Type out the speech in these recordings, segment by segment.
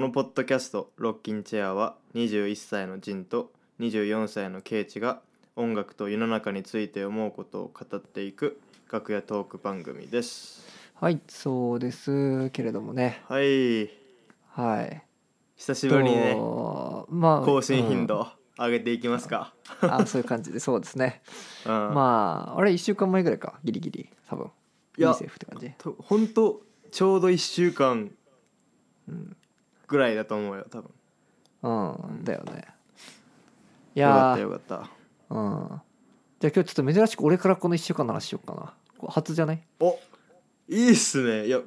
のポッドキャスト「ロッキンチェア」は21歳のジンと24歳のケイチが音楽と世の中について思うことを語っていく楽屋トーク番組ですはいそうですけれどもねはいはい久しぶりにねとまあ更新頻、度上げていきますか、うんあそういう感じでそうですね うんまああれ1週間前ぐらいかギリギリ多分いやいいセーフって感じとほんとちょうど1週間うん、ぐらいだと思うよ多分うん、だよねいよかっやたーよかったうんじゃあ今日ちょっと珍しく俺からこの1週間の話しようかなこれ初じゃないおいいっすねい やこ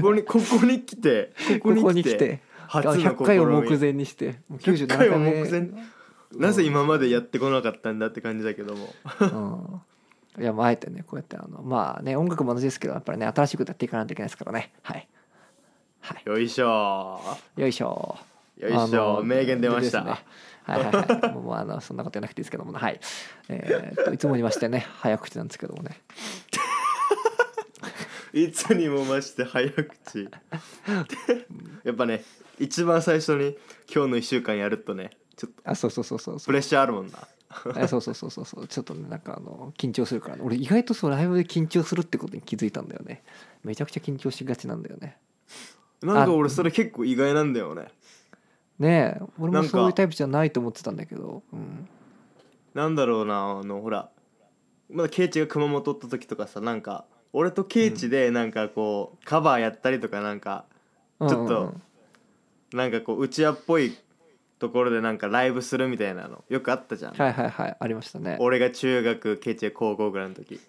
こにここに来てここに来てここに来てあ初の試み100回を目前にしてもう97 100回を目目前なぜ今までやってこなかったんだって感じだけどもうん、いやまああえてねこうやってあのまあね音楽も同じですけどやっぱりね新しいことやっていかないといけないですからねはい、はよいしょい、よいしょよいしあのょ名言出ました、でですねはいはいはいもうもうあのそんなこと言わなくていいですけどもねはいえーっといつもにましてね早口なんですけどもねいつにも増して早 口やっぱね一番最初に今日の1週間やるとねちょっとあそうそうそうそうそプ うレッシャーあるもんなあそうそうそうそうそうちょっとねなんかあの緊張するから、ね、俺意外とそうライブで緊張するってことに気づいたんだよねめちゃくちゃ緊張しがちなんだよねなんか俺それ結構意外なんだよねねえ俺なもんかそういうタイプじゃないと思ってたんだけどうんなんだろうなあのほらまだケイチが熊本おった時とかさなんか俺とケイチでなんかこうカバーやったりとかなんかうんちょっとうんうんなんかこううちわっぽいところでなんかライブするみたいなのよくあったじゃん、はいはいはいありましたね俺が中学ケイチが高校ぐらいの時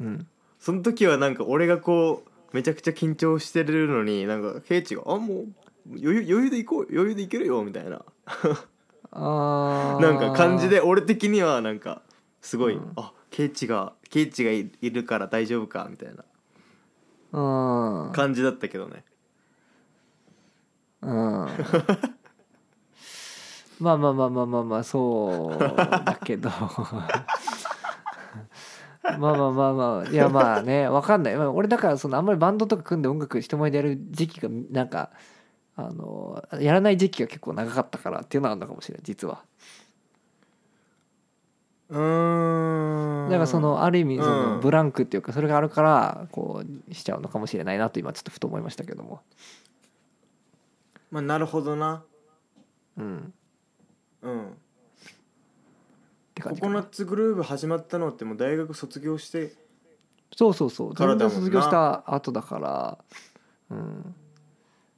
うんその時はなんか俺がこうめちゃくちゃ緊張してるのになんかケイチが「あもう余裕余裕で行こう余裕で行けるよ」みたいなあーなんか感じで俺的にはなんかすごい「うんあケイチがケイチがいいるから大丈夫か」みたいなうん感じだったけどねうんまあまあまあまあまあまあそうだけど まあまあまあまあいやまあねわかんない、まあ、俺だからそのあんまりバンドとか組んで音楽人前でやる時期がなんかあのやらない時期が結構長かったからっていうのはあるのかもしれない実はうーだんからそのある意味そうのんブランクっていうかそれがあるからこうしちゃうのかもしれないなと今ちょっとふと思いましたけどもまあなるほどなうんうんってコ感じかコナッツグルーブ始まったのってもう大学卒業してそうそうそうから自分だもんがな卒業した後だからうん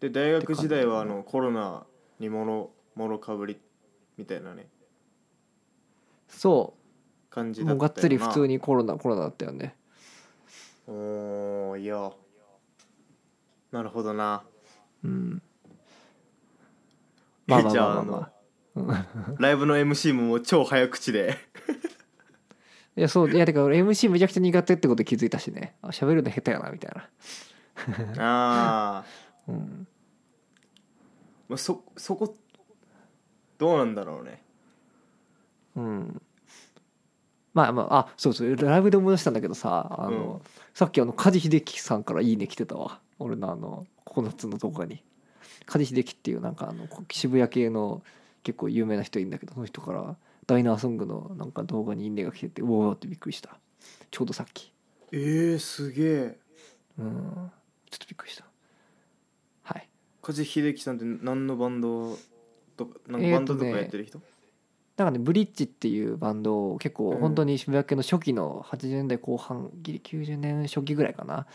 で大学時代はあのコロナにもろもろかぶりみたいなねそ感うじだもったようながっつり普通にコロナコロナだったよねおーいやなるほどなうんまあまあじまゃああまああまあの ライブの MC ももう超早口でい やそういやだから MC めちゃくちゃ苦手ってこと気づいたしねあ喋るの下手やなみたいなああうんまあそそこどうなんだろうねうんまあまああそうそうライブで思い出したんだけどさあの、さっきあの梶秀樹さんから「いいね」来てたわ俺のあのココナッツの動画に梶秀樹っていうなんかあのこ渋谷系の結構有名な人いるんだけどその人からダイナーソングのなんか動画に「いいね」が来ててうおーってびっくりしたちょうどさっきえー、すげえうんちょっとびっくりしたはい梶秀樹さんって何のバンドとかなんえかーとバンドねとかやってる人、なんかねブリッジっていうバンドを結構うん本当に渋谷系の初期の80年代後半ギリ90年初期ぐらいかな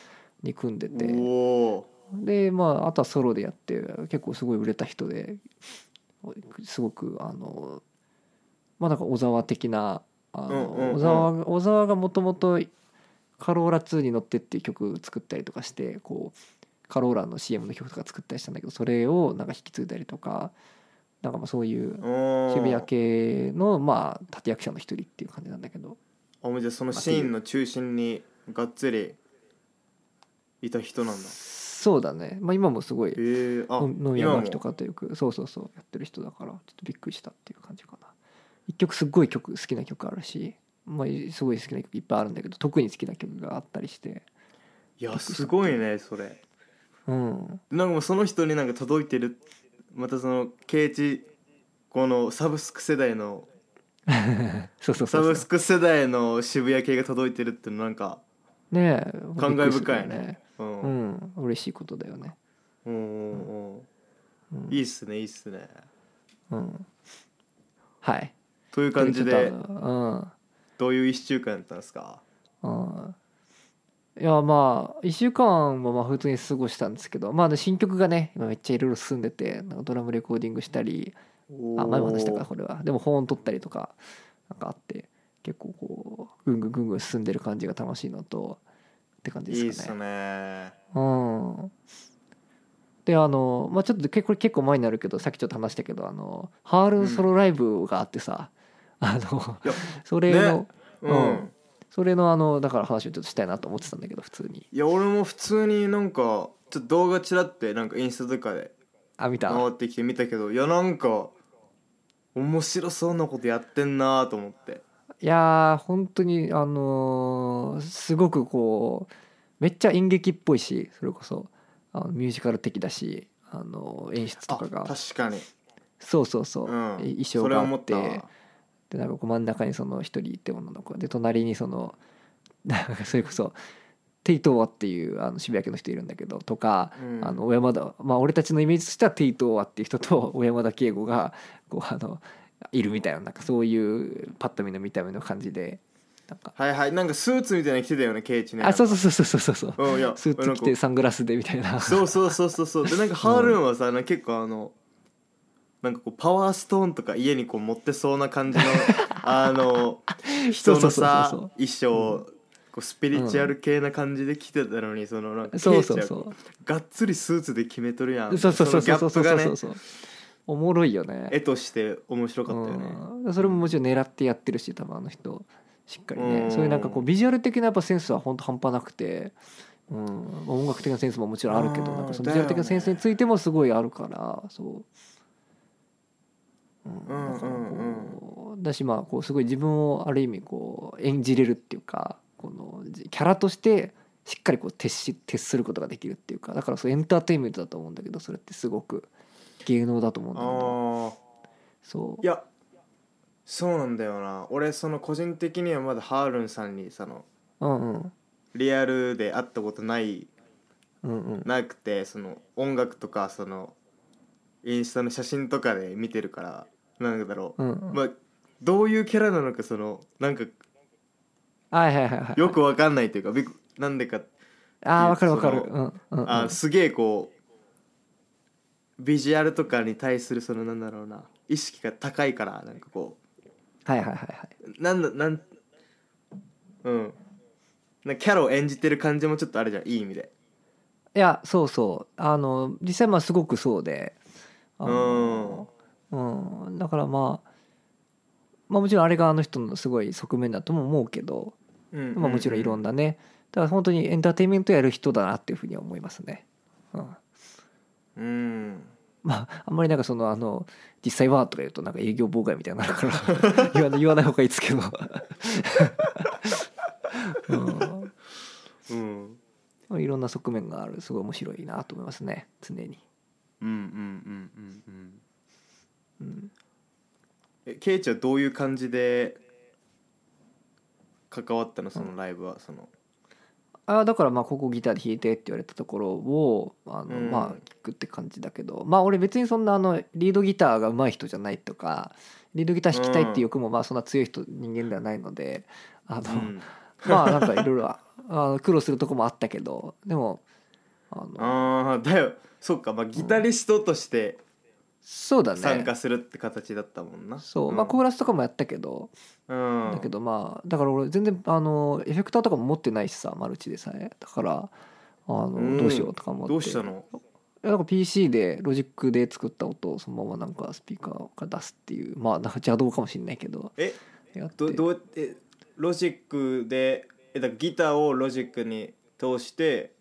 に組んでておおでまああとはソロでやって結構すごい売れた人ですごくあのまあなんか小沢的なあの、うんうんうん小沢が小沢がもともと「カローラ2に乗って」っていう曲作ったりとかしてこうカローラの CM の曲とか作ったりしたんだけどそれをなんか引き継いだりとかなんかまあそういう渋谷系のまあ立役者の一人っていう感じなんだけどあもうじゃあそのシーンの中心にがっつりいた人なんだそうだねまあ今もすごいえー、あの飲み今屋も巻とかというかそうそうそうやってる人だからちょっとびっくりしたっていう感じかな一曲すっごい曲好きな曲あるし、まあ、すごい好きな曲いっぱいあるんだけど特に好きな曲があったりしていやすごいねそれうんなんかもうその人になんか届いてるまたそのケイチこのサブスク世代の そうそうサそうブそスク世代の渋谷系が届いてるっていうのなんかうねえ感慨深いびっくりするよねうんううんん嬉しいことだよねうんうんうんいいっすねいいっすねうんはいという感じでうんどういう1週間だったんですかうんいやまあ1週間はまあ普通に過ごしたんですけどまあね新曲がね今めっちゃいろいろ進んでてなんかドラムレコーディングしたりあ前も話したかこれはでも本取ったりとかなんかあって結構こうぐんぐんぐんぐん進んでる感じが楽しいのとって感じいいでっすすかね。ねうん、であのまあちょっとけこれ結構前になるけどさっきちょっと話したけどあのハールンソロライブがあってさ、あのいやそれの、ねううんんそれのあのだから話をちょっとしたいなと思ってたんだけど普通にいや俺も普通になんかちょっと動画ちらってなんかインスタとかであ見た回ってきて見たけどいやなんか面白そうなことやってんなと思っていやー本当にあのーすごくこうめっちゃ演劇っぽいしそれこそあのミュージカル的だし、あの演出とあか確かがにそうそうそう、うんい衣装それがあ思っったてでなんかこう真ん中にその一人いて女の子で隣にその なんかそれこそテイトワっていうあの渋谷家の人いるんだけどとか、うんあの小山田まあ俺たちのイメージとしてはテイトワっていう人と 小山田圭吾がこうあのいるみたいななんかそういうパッと見の見た目の感じでなんかはいはいなんかスーツみたいなの着てたよねケイチねあそうそうそうそうそうそううんいやスーツ着なてんかサングラスでみたいなそうそうそうそうそうでなんかハールーンはさ、なんか結構あのなんかこうパワーストーンとか家にこう持ってそうな 感じのあの人のさそうそうそうそう衣装をこうスピリチュアル系な感じで着てたのに、そのなんかそうそケうイチはそうがっつりスーツで決めとるやんそうそうそうそうそそうそうのギャップがそうねそうおもろいよね絵として面白かったよね、うんそれももちろん狙ってやってるし多分あの人しっかりね、うんそういうなんかこうビジュアル的なやっぱセンスは本当半端なくて、うん、音楽的なセンスももちろんあるけどうんなんかそのビジュアル的なセンスについてもすごいあるからそう、うんうんだからこうんうだしまあこうすごい自分をある意味こう演じれるっていうかこのキャラとしてしっかりこう徹し徹することができるっていうかだからそうエンターテインメントだと思うんだけどそれってすごく芸能だと思うんだけどああそいうやそうなんだよな俺その個人的にはまだハールンさんにそのうんうんリアルで会ったことないうんうんなくてその音楽とかそのインスタの写真とかで見てるからなんだろう、うんうんまあどういうキャラなのかそのなんかはいはいはいはいよくわかんないというかびっくなんでかああわかるわかるそうんうんうんあすげえこうビジュアルとかに対するそのなんだろうな意識が高いからなんかこうはいはいはいはいなんだなんうんなんかキャラを演じてる感じもちょっとあるじゃんいい意味でいやそうそうあの実際まあすごくそうであのうんだからまあまあもちろんあれがあの人のすごい側面だとも思うけどうんまあもちろんいろんななねだから本当にエンターテインメントやる人だなっていうふうには思いますねうんうんまあ、あんまりなんかそのあの実際はとか言うとなんか営業妨害みたいになるから 言わない言わない方がいいですけ ど、うん、うんいろんな側面があるすごい面白いなと思いますね常に、うんうんうんうんうんうん、えケイチはどういう感じで関わったのそのライブはそのあだからまあここギターで弾いてって言われたところをあの、うんまあ聞くって感じだけどまあ俺別にそんなあのリードギターが上手い人じゃないとかリードギター弾きたいっていう欲もまあそんな強い人人間ではないのであうの、んまあなんかいろいろああの苦労するとこもあったけどでもあのあーだよそっかまあギタリストとしてそうだね参加するって形だったもんなそうまあコーラスとかもやったけど、うんだけどまあだから俺全然あのエフェクターとかも持ってないしさマルチでさえだからあうんのどうしようとか思ってどうしたのいやなんか PC でロジックで作った音をそのままなんかスピーカーから出すっていうまあなんか邪道かもしれないけどえやってどどうやってロジックでえだからギターをロジックに通して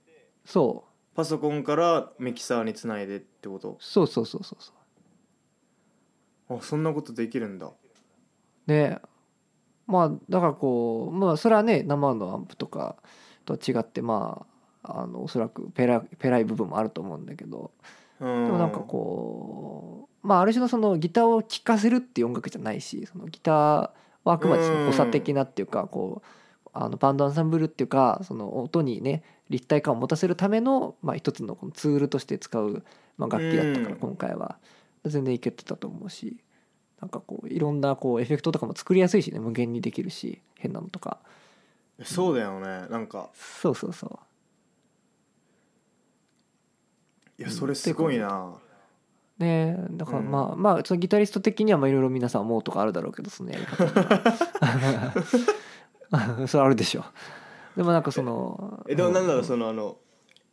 そパソコンからミキサーにつないでってことうそうそうそうそうそあそんなことできるんだうでまあだからこうまあそれはね生のアンプとかとは違ってまああのおそらくペラペラい部分もあると思うんだけどででももなんかこうまあある種のそのギターを聴かせるっていう音楽じゃないしそのギターはあくまでその補佐的なっていうかこうあのバンドアンサンブルっていうかその音にね立体感を持たせるためのまあ一つのこのツールとして使うまあ楽器だったかうんら今回は全然いけてたと思うしなんかこういろんなこうエフェクトとかも作りやすいしね無限にできるし変なのとかそうだよねなんかそうそうそういうやんそれすごいなねえだからうんまあ、まあそのギタリスト的にはまあいろいろ皆さん思うとかあるだろうけどそのやり方 にはそれあるでしょでもなんかそのえでもなんだろうのそのあの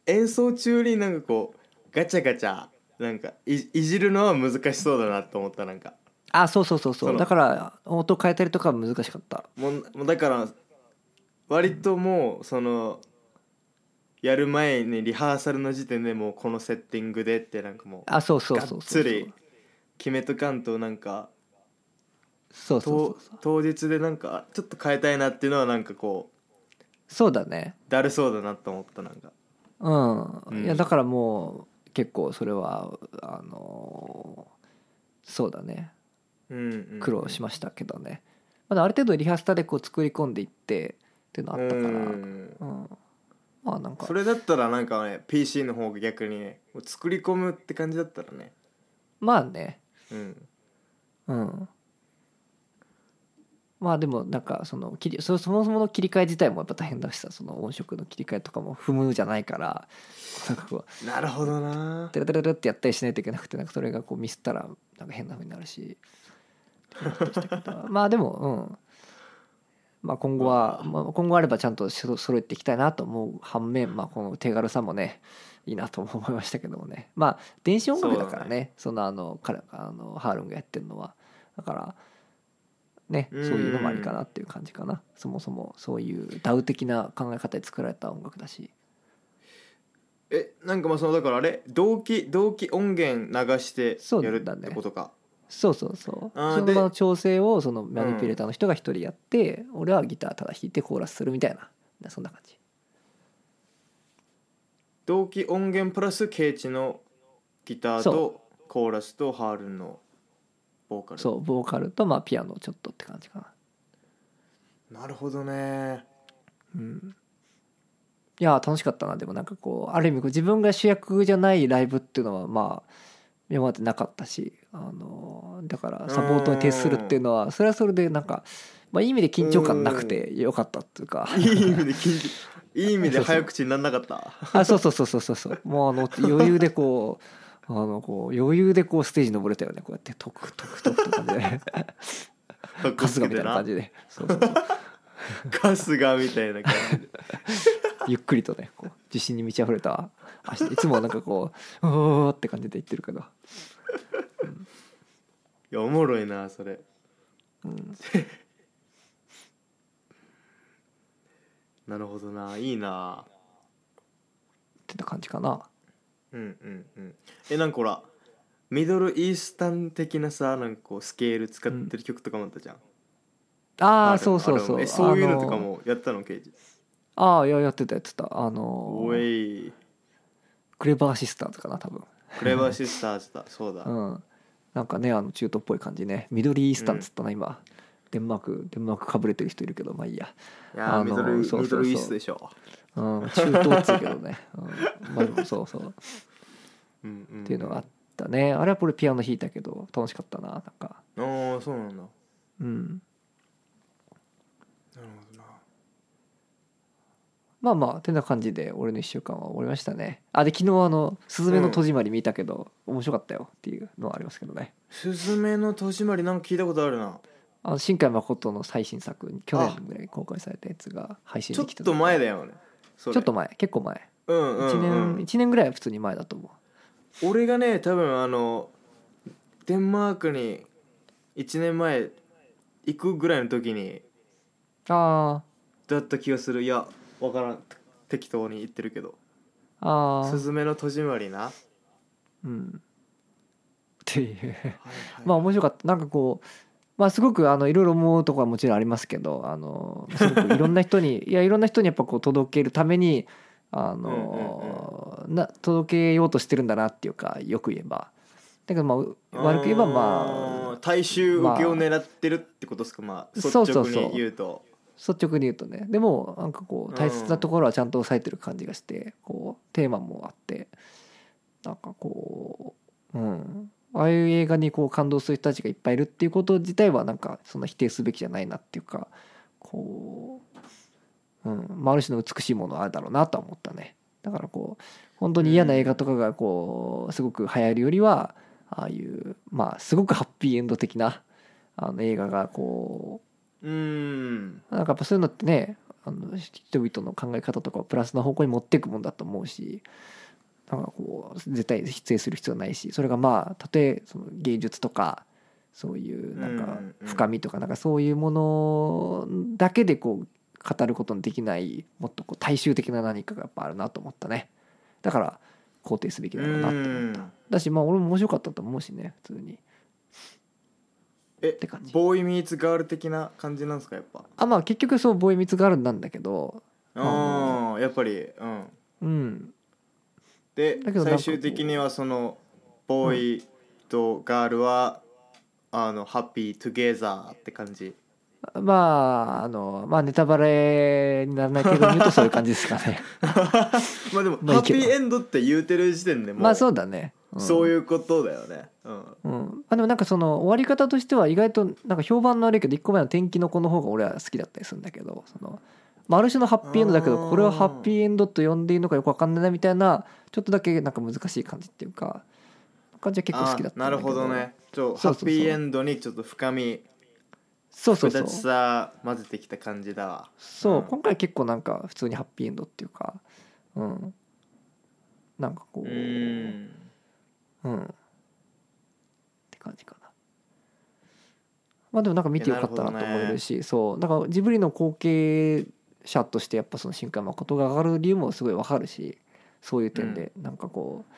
演奏中になんかこうガチャガチャなんかいいじるのは難しそうだなと思ったなんかあそうそうそうそそうのだから音変えたりとかは難しかったもうもうだから割ともうそのやる前にリハーサルの時点でもうこのセッティングでってなんかもあそうそううがっそうそつうり決めとかんとなんかそうそうそうと当日でなんかちょっと変えたいなっていうのはなんかこうそうだねだるそうだなと思ったなんかうん、うんいやだからもう結構それはあのそうだねうん、うん、苦労しましたけどね、まだある程度リハーサルでこう作り込んでいってっていうのあったから、うんうん、まあなんかそれだったらなんかね PC の方が逆にねもう作り込むって感じだったらねまあねうんうんまあでもなんかその切りそそもそもの切り替え自体もやっぱ大変だしさその音色の切り替えとかも踏むじゃないからなんかこうなるほどなテラテラテラってやったりしないといけなくてなんかそれがこうミスったらなんか変なふうになるしっていうことでしたけどまあでもうんまあ今後は、まあ、今後あればちゃんとそ揃えていきたいなと思う反面、まあ、この手軽さもねいいなとも思いましたけどもねまあ電子音楽だからそうねだそのあの彼あのハールンがやってるのはだからねそううんいうのもありかなっていう感じかなそもそもそういうダウ的な考え方で作られた音楽だしえなんかまあそのだからあれ同期同期音源流してそうやだねるってことか、そうそうそうあーそので場の調整をそのマニピュレーターの人が一人やって、俺はギターただ弾いてコーラスするみたいなそんな感じ同期音源プラスケイチのギターとそコーラスとハールンのボーカルそうボーカルとまあピアノちょっとって感じかななるほど ねうんいやー楽しかったなでもなんかこうある意味こう自分が主役じゃないライブっていうのはまあ今までなかったし、あのーだからサポートに徹するっていうのはそれはそれでなんか、まあ、いい意味で緊張感なくてよかったっていうかいい意味で緊張いい意味で早口になんなかったあそうそうそうそうそうそうもうあの余裕でこうあのこう余裕でこうステージ登れたよねこうやってトクトクトクって感じ で春春日みたいな感じでそうそうそう春日みたいな感じでゆっくりとねこう自信に満ち溢れた足でいつもなんかこう「 おー」って感じで言ってるけど、いやおもろいなそれうん、なるほどないいなってな感じかなうんうんうんえなんかほらミドルイースタン的なさなんかこうスケール使ってる曲とかもあったじゃん、あハールあンそうそうハールそンうえそういうのとかもやってたのケイジあのあーいややってたやってたあのおいクレバーシスターズかな多分クレバーシスターズだそうだ、うんなんかねあの中東っぽい感じねミドルイースタンっつったな今、デンマークデンマークかぶれてる人いるけどまあいいやいやーあのミドルミそうそうそうドルイーストでしょうん、中東っつうけど ね、うん、まあでもそうそうっうんうん、ていうのがあったねあれはこれピアノ弾いたけど楽しかったななんかああそうなんだなるうんほどなまあまあてな感じで俺の1週間は終わりましたねあで昨日あの「すずめの戸締まり」見たけど、面白かったよっていうのはありますけどねすずめの戸締まりなんか聞いたことあるなあの新海誠の最新作去年ぐらいに公開されたやつが配信ちょでっきたと前だよねそれちょっと前結構前うんうん、 1う年、ん、一年ぐらいは普通に前だと思俺がね多分あのデンマークに1年前行くぐらいの時にうあだった気がするいやわからんて適当に言ってるけどああ「あすずめの戸締まりな」うんっていはういはいまあ面白かったなんかこうまあすごくあのいろいろ思うとこはも ちろんありますけどあのすごくいろんな人にいやいろんな人にやっぱこう届けるためにあの、な届けようとしてるんだなっていうかよく言えばだからまあ悪く言えばまああー大衆受けを狙ってるってことですか、まあ、率直に言うと率直に言うとねでもなんかこう大切なところはちゃんと抑えてる感じがしてこうテーマもあってなんかこううんああいう映画にこう感動する人たちがいっぱいいるっていうこと自体はなんかそんな否定すべきじゃないなっていうかこう、うんまあ、ある種の美しいものはあるだろうなとは思ったねだからこう本当に嫌な映画とかがこうすごく流行るよりはああいうまあすごくハッピーエンド的なあの映画がこううーんなんかやっぱそういうのってねあの人々の考え方とかをプラスの方向に持っていくもんだと思うしなんかこう絶対否定する必要ないしそれがまあたとえその芸術とかそういうなんうんかうんうん深みとかなんかそういうものだけでこう語ることのできないもっとこう大衆的な何かがやっぱあるなと思ったねだから肯定すべきうだろうなと思ーったんだしまあ俺も面白かったと思うしね普通にえて感じボーイミーツガール的な感じなんですかやっぱあまあ結局そうボーイミツガールなんだけどああやっぱりうんうんでだけどなんかこう最終的にはそのボーイとガールは、あのハッピートゥゲザーって感じまあ、あの、まあ、ネタバレにならない程度に言うとそういう感じですか ね。まあでも、まあいハいッけピどーエンドって言うてる時点でもう,、まあ、そうだね。そうういん。うことだよねうんうん、あでもなんかその終わり方としては意外となんか評判の悪いけど1個目の「天気の子」の方が俺は好きだったりするんだけどその、まあ、ある種のハッピーエンドだけあどーこれはハッピーエンドと呼んでいいのかよく分かんないなみたいなちょっとだけなんか難しい感じっていうか感じは結構好きだったんだあーなるけどほどねちょハそうそうそッうピーエンドにちょっと深みそうそう複そ雑うさ混ぜてきた感じだわそう、うん今回結構なんか普通にハッピーエンドっていうかうんなんかこううーんうん。って感じかな。まあでもなんか見てよかったなと思えるし、そうなんかジブリの後継者としてやっぱその新海誠が上がる理由もすごいわかるし、そういう点でなんかこう。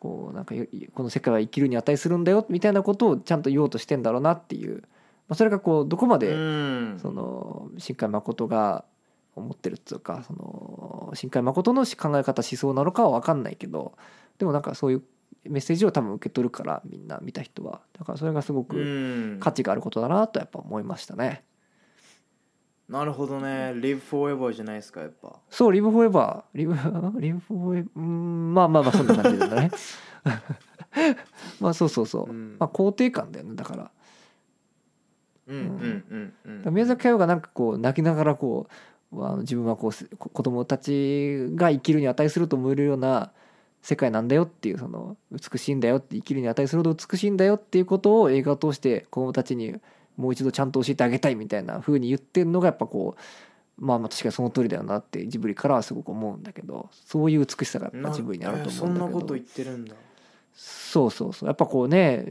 こうなんかよこの世界は生きるに値するんだよみたいなことをちゃんと言おうとしてんだろうなっていう、まあ、それがこうどこまうで、んその新海誠が思ってるっていうかその新海誠の考え方思想なのかは分かんないけどでもなんかそういうメッセージを多分受け取るからみんな見た人はだからそれがすごうくん価値があることだなとやっぱ思いましたね。なるほどね Live Forever じゃないですかやっぱそうリブフォーエバーリブ リブフォーエバーうーんまあまあまあそんな感じだね。 まあそうそうそう、うんまあ肯定感だよねだからうんうんうんうだからん宮崎駿がなんかこう泣きながらこうあの自分はこうすこ子供たちが生きるに値すると思えるような世界なんだよっていうその美しいんだよって生きるに値するほど美しいんだよっていうことを映画を通して子供たちにもう一度ちゃんと教えてあげたいみたいな風に言ってるのがやっぱこうまあまあ確かにその通りだよなってジブリからはすごく思うんだけどそういう美しさがやっぱジブリにあると思うんえだーそんなけこどと言ってるんだそうそうそうやっぱこうね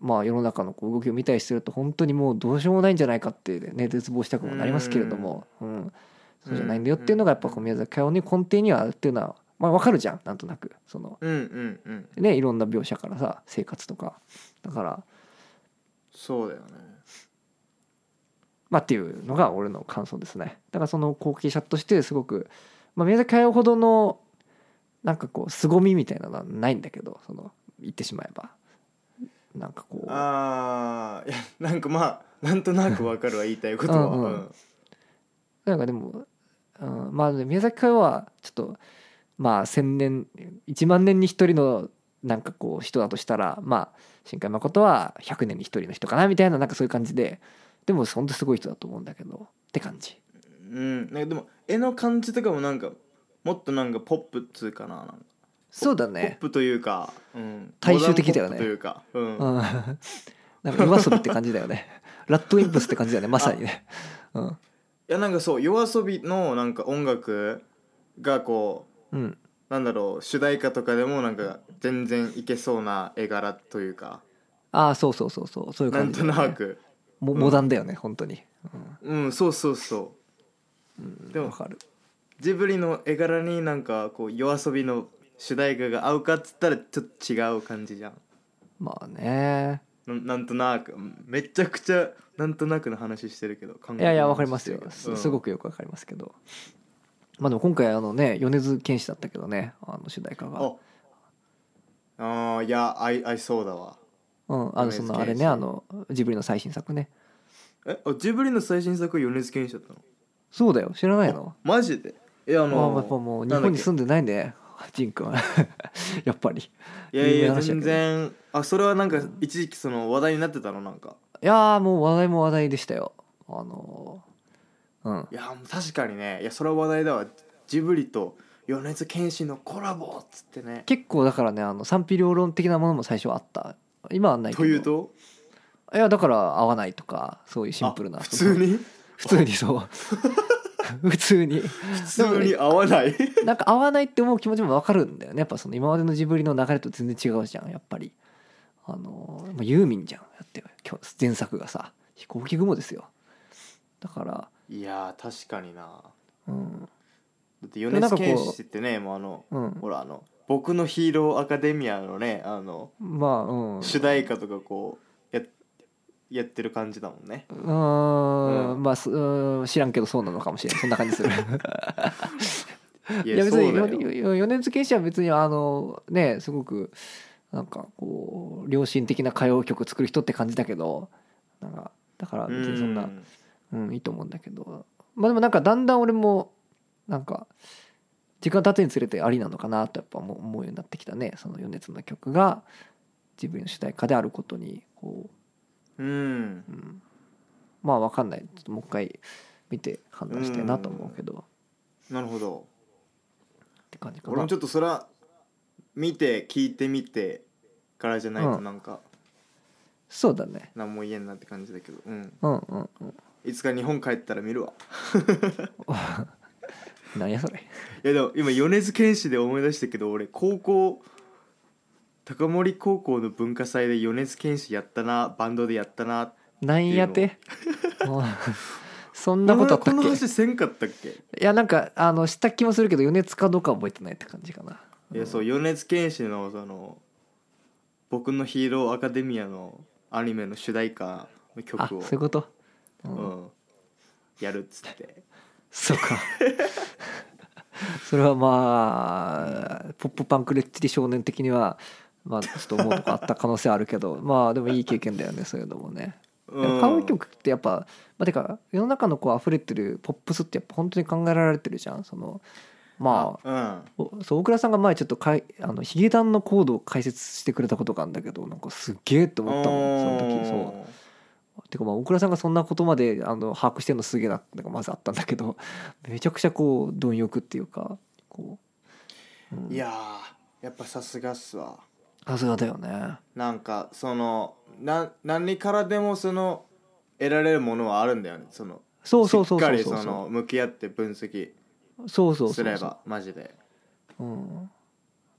まあ世の中のこう動きを見たりしてると本当にもうどうしようもないんじゃないかってね絶望したくもなりますけれども、うんそうじゃないんだよっていうのがやっぱこう宮崎駿に根底にはあるっていうのはまあわかるじゃんなんとなくそのうんうんうんねいろんな描写からさ生活とかだからそうだよねまあっていうのが俺の感想ですねだからその後継者としてすごく、まあ、宮崎駿ほどのなんかこう凄みみたいなのはないんだけどその言ってしまえばなんかこうあーいやなんかまあなんとなくわかるわ言いたいことは うんうんうんなんかでも、うん、まあね宮崎駿はちょっとまあ千年1万年に一人のなんかこう人だとしたらまあ新海誠は100年に一人の人かなみたいななんかそういう感じででも本当すごい人だと思うんだけどって感じうんなんかでも絵の感じとかもなんかもっとなんかポップっつうかななんかそうだポッね、プというか、うん、大衆的だよねモダンポップというか、うんうん、 なんか夜遊びって感じだよね ラッドウィンプスって感じだよねまさにね、うんいやなんかそう夜遊びのなんか音楽がこうん、うなんだろう主題歌とかでもなんか全然いけそうな絵柄というかああそうそうそうそうそういうな感んじとだよね、なくもモダンだよね本当に、うんそうそうそううん、でもわかるジブリの絵柄になんかこう夜遊びの主題歌が合うかっつったらちょっと違う感じじゃんまあねななんとなくうんめちゃくちゃなんとなくの話してるけどいやいやわかりますよ、すすごくくよくわかりますけどまあでも今回あのね米津玄師だったけどねあの主題歌がああーいや合い合いそうだわうんあの米津そ玄師のあれねあのジブリの最新作ねえあジブリの最新作米津玄師だったのそうだよ知らないのマジでえああのあやっぱもう日なんだ本っにけ住んで ないねジン君やっぱりいやい有名なや話だけ全ど然あそれはなんか一時期その話題になってたのなんかいやーもう話題も話題でしたよあのーうんいやもう確かにねいやそれは話題だわジブリと米津玄師のコラボっつってね結構だからねあの賛否両論的なものも最初はあった今はないけどというといやだから合わないとかそういうシンプルなあ普通 に普通にそう 普通に普通に合わない なんか合わないって思う気持ちも分かるんだよねやっぱその今までのジブリの流れと全然違うじゃんやっぱりあのまあユーミンじゃんだって今日前作がさ「飛行機雲」ですよだからいやー確かになうんだって米津玄師ってねもうあのうんほらあの僕のヒーローアカデミアのねあのまあうん主題歌とかこうやっやってる感じだもんね うーうんんまあすうーん知らんけどそうなのかもしれないそんな感じする いいやや別にそうだよよよ米津玄師は別にあのねすごくなんかこう良心的な歌謡曲作る人って感じだけどなんかだから別にそんな、うんうん、いいと思うんだけどまあでもなんかだんだん俺もなんか時間経つにつれてありなのかなとやっぱ思う思うようになってきたねその米津の曲が自分の主題歌であることにこうんう、うん、まあ分かんないちょっともう一回見て判断したいなと思うけどなるほどって感じか俺なもちょっとそら見て聞いてみてからじゃないとなんかそうだね何も言えんなって感じだけど、うん、うんうんうんいつか日本帰ったら見るわ 何やそれいやでも今米津玄師で思い出したけど俺高校高森高校の文化祭で米津玄師やったなバンドでやったななんやてもうそんそなことあったっこのけ話せんかったっけ、いやなんかあのした気もするけど米津かどうかは覚えてないって感じかな、いやそう米津玄師のその「僕のヒーローアカデミア」のアニメの主題歌の曲あをそういうこと、うんうん、やるっつってそうかそれはまあポップパンクレッチリ少年的にはまあちょっと思うとこあった可能性あるけどまあでもいい経験だよねそういうのもねう歌ん謡曲ってやっぱ、まあ、てか世の中のこう溢れてるポップスってやっぱ本当に考えられてるじゃんそのまああおそう大倉さんが前ちょっとかいあのヒゲダンのコードを解説してくれたことがあるんだけどなんかすっげえってうん思ったもんその時そうてかまあ大倉さんがそんなことまであの把握してるのすげえなってのがまずあったんだけど めちゃくちゃこう貪欲っていうかこう、うんいやーやっぱさすがっすわさすがだよねなんかそのな何からでもその得られるものはあるんだよねそのそうそうそうしっそかうりそうその向き合って分析そうそうすそうれそうばマジでうん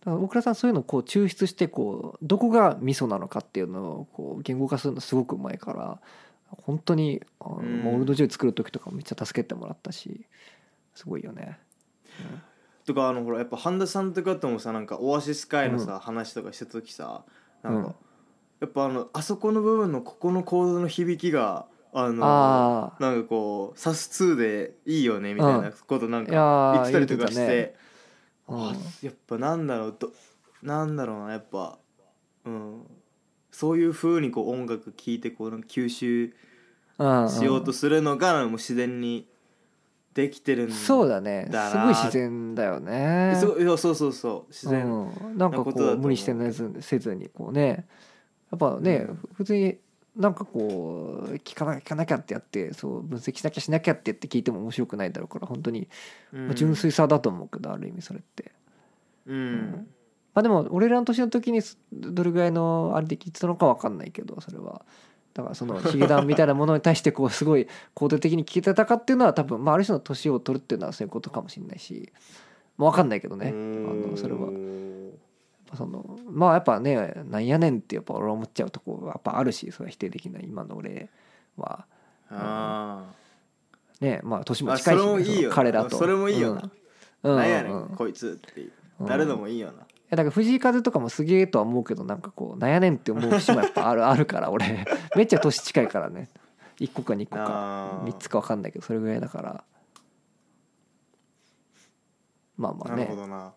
だから大倉さんそういうのをこう抽出してこうどこがミソなのかっていうのをこう言語化するのすごくうまいから本当にあのうんモールドジョイ作る時とかめっちゃ助けてもらったしすごいよねとかあのほらやっぱ半田さんとかともさなんかオアシス界のさ、話とかした時さなんか、うんやっぱあのあそこの部分のここのコードの響きがあのあーなんかこう「サス2でいいよねみたいなことなんいやかー言ってたりとかして、言ってあうんやっぱなんだろうどなんだろうなやっぱうんそういうふうにこう音楽聴いてこうなんか吸収うんんしようとするのがもう自然にできてるんそうだねだすなごい自然だよねすごいいやそうそうそう自然、うん、なんかなこことだとう思う無理してないずせずにこうねやっぱね、うん普通になんかこう聞かなきゃ聞かなきゃってやってそう分析しなきゃしなきゃってやって聞いても面白くないだろうから本当に、まあ純粋さだと思うけどある意味それって。うん、うんまあ、でも俺らの年の時にすどれぐらいのあれで聞いてたのか分かんないけどそれはだからそのヒゲダンみたいなものに対してこうすごい肯定的に聞けてたかっていうのは多分まあある種の年を取るっていうのはそういうことかもしれないし、まあ、分かんないけどねあのそれはう。んそのまあやっぱねなんやねんってやっぱ俺は思っちゃうとこやっぱあるしそれは否定できない今の俺はあねまあ年もあ近いし、それもいいよその彼らとそれもいいよな、うあ、ん、なんやねん、うんこいつってうん誰でもいいよな、いやだから藤井風とかもすげえとは思うけどなんかこうなんやねんって思う節もやっぱあるあるから俺 めっちゃ年近いからね1個か2個かあー3つか分かんないけどそれぐらいだからまあまあなるほねどな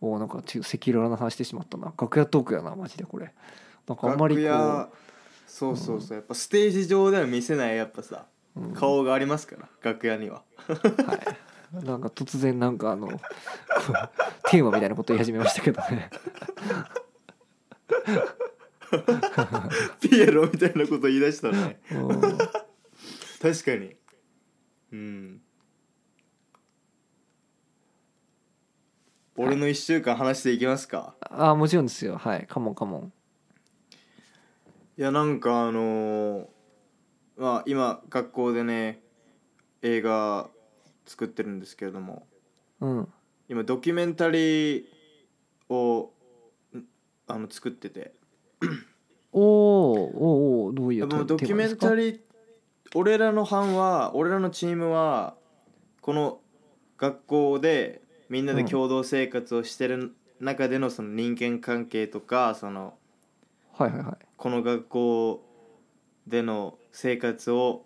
おおなんかちょ赤裸々な話してしまったな楽屋トークやなマジでこれなんかあんまり楽こ屋う、そうそうそうやっぱステージ上では見せないやっぱさうん顔がありますから楽屋にははい、なんか突然なんかあの テーマみたいなこと言い始めましたけどねピエロみたいなこと言い出したねうん確かにうん俺の1週間話していきますかああもちろんですよはいカモンカモンいやなんかあのーまあ今学校でね映画作ってるんですけれどもうん今ドキュメンタリーをんあの作ってておーおーおーどういでうもドキュメンタリーリー俺らの班は俺らのチームはこの学校でみんなで共同生活をしてる中でのその人間関係とかそのはいはいはいこの学校での生活を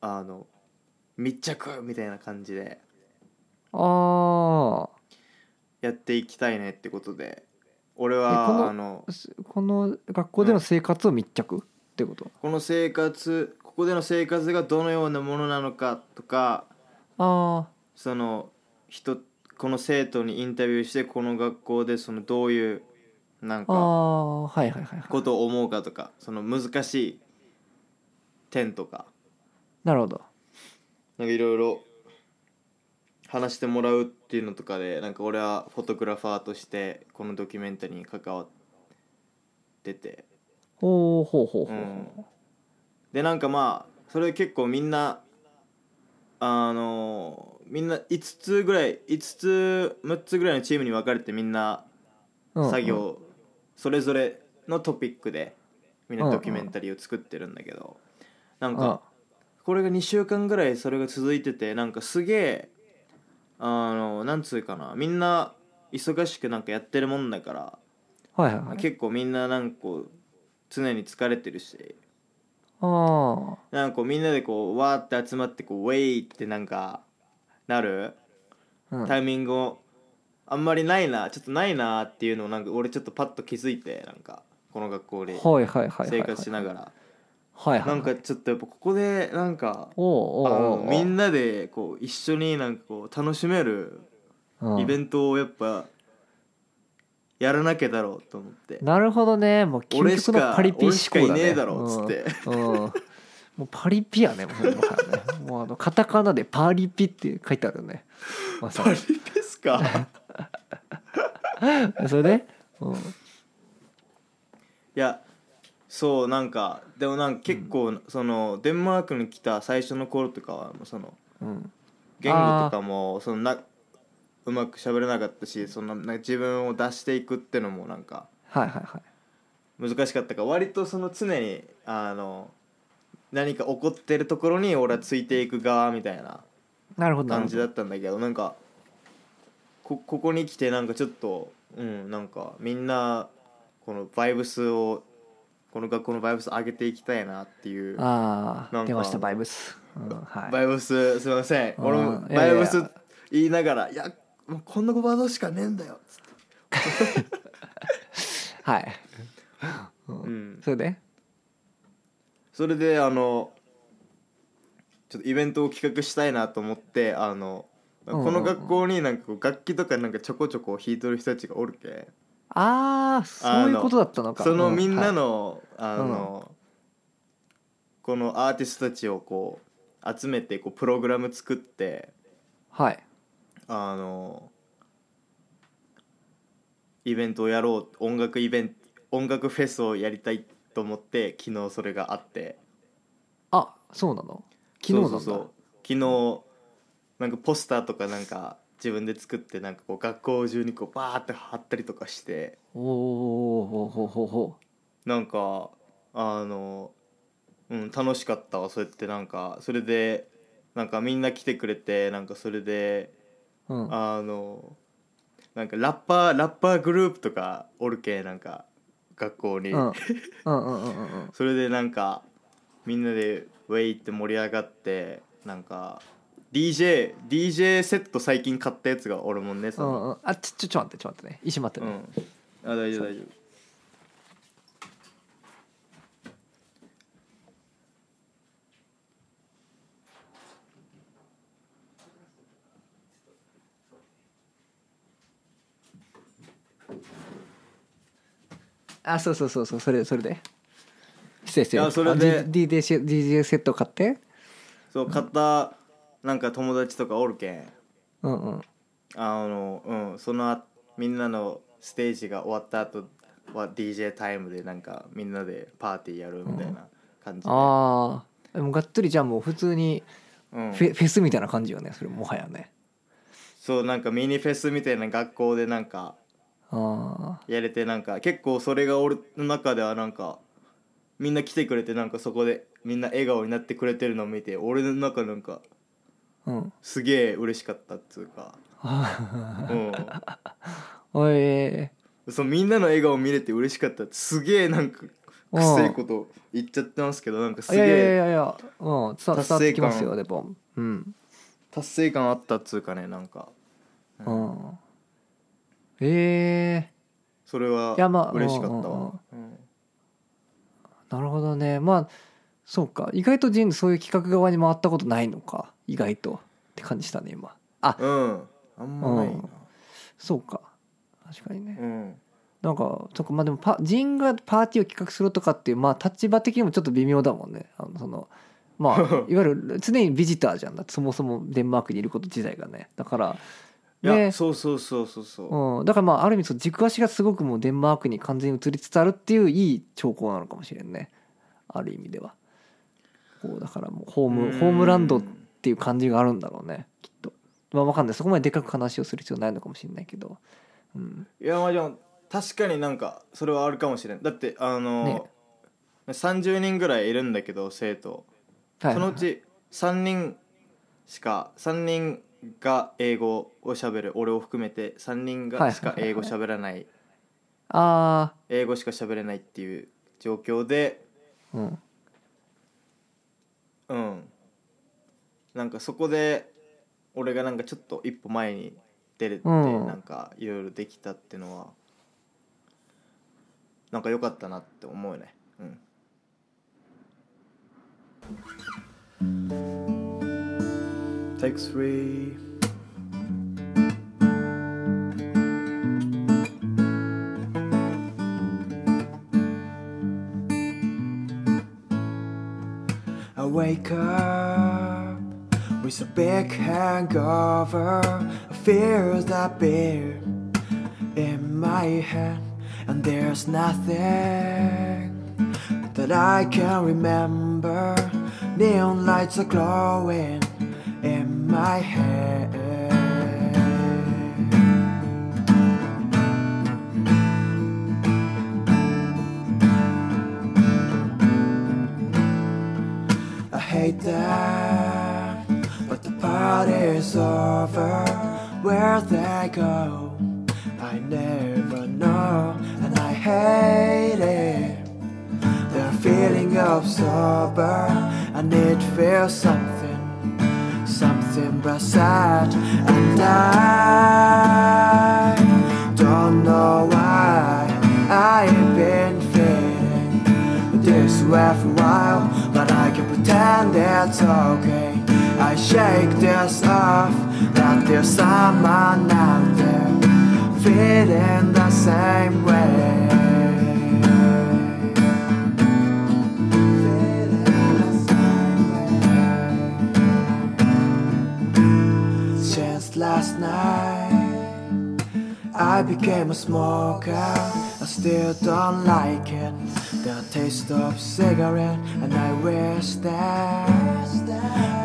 あの密着みたいな感じであやっていきたいねってことで俺えこのはあのあすこの学校での生活を密着ってことこの生活ここでの生活がどのようなものなのかとかああその人この生徒にインタビューしてこの学校でそのどういうなんあかあはいはいはいはいことを思うかとかその難しい点とかなるほどなんかいろいろ話してもらうっていうのとかでなんか俺はフォトグラファーとしてこのドキュメンタリーに関わってておおほうほうほうほでなんかまあそれ結構みんなあのみんな5つぐらい5つ6つぐらいのチームに分かれてみんなう、うんうん作業それぞれのトピックでみんうなんうんドキュメンタリーを作ってるんだけどなんあかこれが2週間ぐらいそれが続いててなんかすげえあのなんつうかなみんな忙しくなんかやってるもんだから、はいはいはい結構みんななんかこう常に疲れてるしあなんかこうみんなでこうわーって集まってこうウェイってなんかなるあ、うん、タイミングをあんまりないなちょっとないなっていうのをなんか俺ちょっとパッと気づいてなんかこの学校ではいはいはいはいはい生活しながらはいはいなはいんかちょっとやっぱここでなんかおうおあうおうのおみんななでこう一緒になんかこう楽しめるイベンントをやっぱやらなきゃだろうと思ってなるほどねもう俺究し極のかパリピ思俺しか考いだねねえだろっつってうん、うんもうパリピやねもうそれはねもうあのカタカナでパリピって書いてあるよねまさ パにリピっすかそれで、うん、いやそうなんかでもなんか結構そのデンマークに来た最初の頃とかはもうそのうん、言語とかもそのなうまく喋れなかったしそのなんか自分を出していくってのもなんかはいはいはい難しかったから割とその常にあの何か起こってるところに俺はついていく側みたいななるほどな感るほじどだったんだけどなんかこここに来てなんかちょっとうんなんかみんなこのバイブスをこの学校のバイブス上げていきたいなっていうあなあんか出ましたバイブス、うんはい、バイブスすいませんうん俺もいやバいやイブス言いながら「いやもうこんなワードしかねえんだよ」つってはい、う、うんん、それでそれであのちょっとイベントを企画したいなと思ってあのうんうんこの学校になんかこう楽器とかなんかちょこちょこ弾いてる人たちがおるけああそういうことだったのかそのうみんなはいのあのこのアーティストたちをこう集めてこうプログラム作ってはいあのイベントをやろう音楽イベント音楽フェスをやりたいと思って昨日それがあってあそうなの昨日なんだそうそうそう昨日なんかポスターとかなんか自分で作ってなんかこう学校中にこうバーって貼ったりとかしておおほうほうほうほなんかあのうん楽しかったわそうやってなんかそれでなんかみんな来てくれてなんかそれでう、うん、ああのなんかラッパーラッパーグループとかおるけなんか学校に、うんうんうんうんうんうんそれでなんかみんなでウェイって盛り上がってなんか DJ, DJ セット最近買ったやつがおるもんねうそのんうんあちょちょちょ待ってちょ待ってね石待ってね、うん、あ大丈夫大丈夫あそうそうそうそうそれそれで失礼してあそれで DJ, DJ セット買ってそう買ったなんか友達とかおるけんうんうんあのうんそのあみんなのステージが終わった後は DJ タイムでなんかみんなでパーティーやるみたいな感じで、うんああでもがっつりじゃあもう普通にフェ,、フェスみたいな感じよねそれもはやねそうなんかミニフェスみたいな学校でなんかあやれてなんか結構それが俺の中ではなんかみんな来てくれてなんかそこでみんな笑顔になってくれてるのを見て俺の中なんかあうん すげえ嬉しかったっつうか、あうん、おいそうみんなの笑顔見れて嬉しかったってすげえなんかくせえこと言っちゃってますけどなんかすげいやいやいえやいやうん伝わ伝わってきますよでもうん達成感あったっつうかねなんかうんええそれはいやまあ嬉しかったわ、うんなるほどねまあそうか意外とジンそういう企画側に回ったことないのか意外とって感じしたね今あうん、あんまないなそうか確かにねうんなんかそっかまあでもパジンがパーティーを企画するとかっていうまあ立場的にもちょっと微妙だもんねあのそのま あいわゆる常にビジターじゃんだってそもそもデンマークにいること自体がねだからいや、ねそうそうそうそうそう、うん、だからまあある意味その軸足がすごくもうデンマークに完全に移りつつあるっていういい兆候なのかもしれんねある意味ではこうだからもうホームホームランドっていう感じがあるんだろうねきっとまあわかんないそこまででかく話をする必要ないのかもしれないけど、うん、いやまあでも確かになんかそれはあるかもしれんだってあのね30人ぐらいいるんだけど生徒はいそのうち3人しか3人が英語をしゃべる俺を含めて3人がしか英語しゃべらないあ英語しかしゃべれないっていう状況であうんうんなんかそこで俺がなんかちょっと一歩前に出れてうんなんかいろいろできたっていうのはなんか良かったなって思うよねうん Take three I wake up with a big hangover. I feel that beer in my head, and there's nothing that I can remember. Neon lights are glowing in my head. I hate that, but the party's over. Where they go, I never know, and I hate it. The feeling of sober, I need to feel something, something but sad, and I don't know why I've been feeling this way for a while, but I can pretend it's okay. I shake this off, that there's someone out there feeling the same way. Feeling the same way. Since last night, I became a smoker. I still don't like it. The taste of cigarette, and I wish that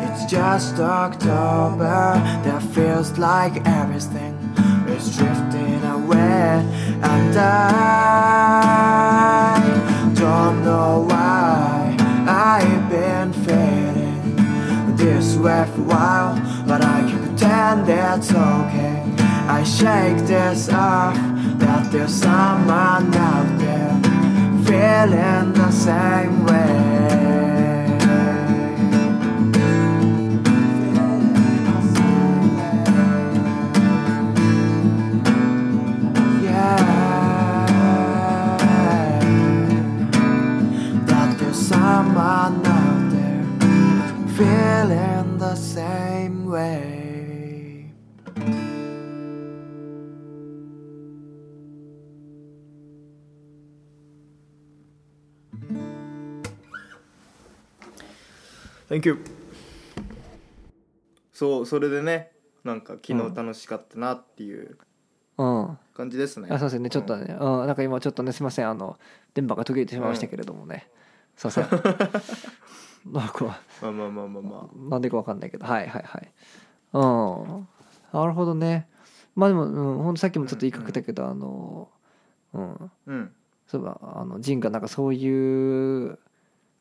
it's just October. That feels like everything is drifting away, and I don't know why I've been fading this way for a while, but I can pretend that's okay. I shake this off that there's someone out there feeling the same way. Feeling the same way. Thank you そうそれでねなんか昨日楽しかったなっていううん感じですね、あそうですねちょっとんね、うんなんか今ちょっとねすいませんあの電波が途切れてしまいましたけれどもね、すいま せんなんかまあまあまあまあまなんでかわかんないけどはいはいはいうんなるほどねまあでも、うん、ほんとさっきもちょっと言いかけたけど、あのうんあうんそういえばあのジンがなんかそういう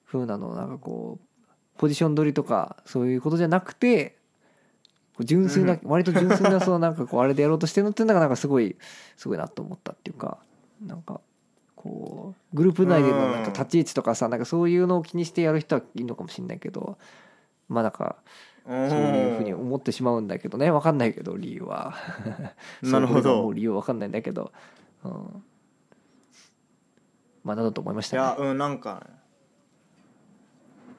風なのをなんかこうポジション取りとかそういうことじゃなくてこう純粋なう割と純粋なそうなんかこうあれでやろうとしてるのっていうのがなんかすごいすごいなと思ったっていうかなんかこうグループ内でのなんかうん立ち位置とかさなんかそういうのを気にしてやる人はいいのかもしれないけどまあなんかそうそういうふうに思ってしまうんだけどね分かんないけど理由はなるほそうもどう理由は分かんないんだけど、うん、まあなんだと思いましいたやねうんなんかね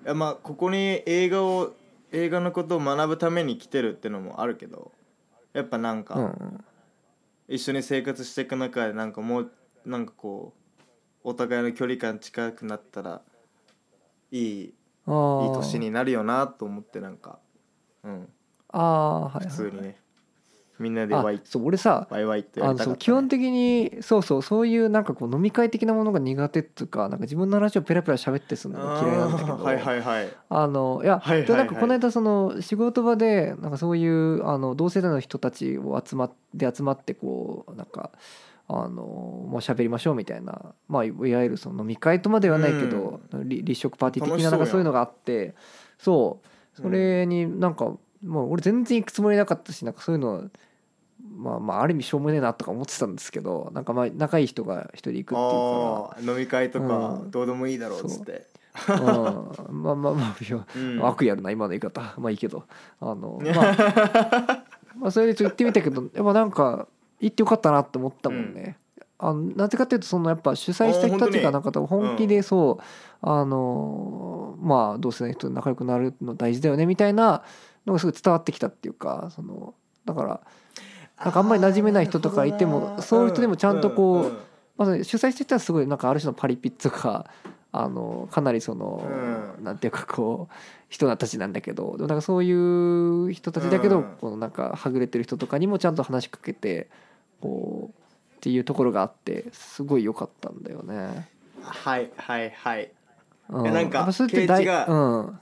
いやまあここに映画を映画のことを学ぶために来てるってのもあるけどやっぱなんか、うんうん一緒に生活していく中でなんかもうなんかこうお互いの距離感近くなったらいいいいあー年になるよなと思ってなんかうんああはい普は通いにねみんなであワイそう俺さワイワイってやありのたそかうっ基た本ね的にそうそうそういうなんかこう飲み会的なものが苦手っていうかなんか自分の話をペラペラ喋ってするのが嫌いなんだけあどーはいはいはいあのいや、はいはいではいなんかこの間その仕事場でなんかそういうあの同世代の人たちを集まって集まってこうなんかあのもう喋りましょうみたいなまあいわゆるその飲み会とまではないけど、り立食パーティー的ななん楽かしそうやんそういうのがあってそうそれになんか、もう俺全然行くつもりなかったしなんかそういうのまあまあある意味しょうもねえなとか思ってたんですけどなんかまあ仲いい人が一人行くっていうから。あー飲み会とかうんどうでもいいだろうっつってうんまあまあまあいや、うん悪意あるな今の言い方 まあいいけどあ の、まあ、まあそれでちょっと行ってみたけど やっぱなんか行ってよかったなって思ったもんね。あのなぜかっていうとそのやっぱ主催した人たちがあな本んか多分本気でそう、あのまあ同世代の人と仲良くなるの大事だよねみたいなのがすごい伝わってきたっていうかそのだからなんかあんまり馴染めない人とかいてもあーなるほどなそういう人でもちゃんとこううんうんまあ、主催してたらすごいなんかある種のパリピッツか あのかなりその、うんなんていうかこう人たちなんだけどでもなんかそういう人たちだけど、うんこのなんかはぐれてる人とかにもちゃんと話しかけてこうっていうところがあってすごい良かったんだよね。はいはいはいうん、えなんかやっぱそれって圭大一がうん、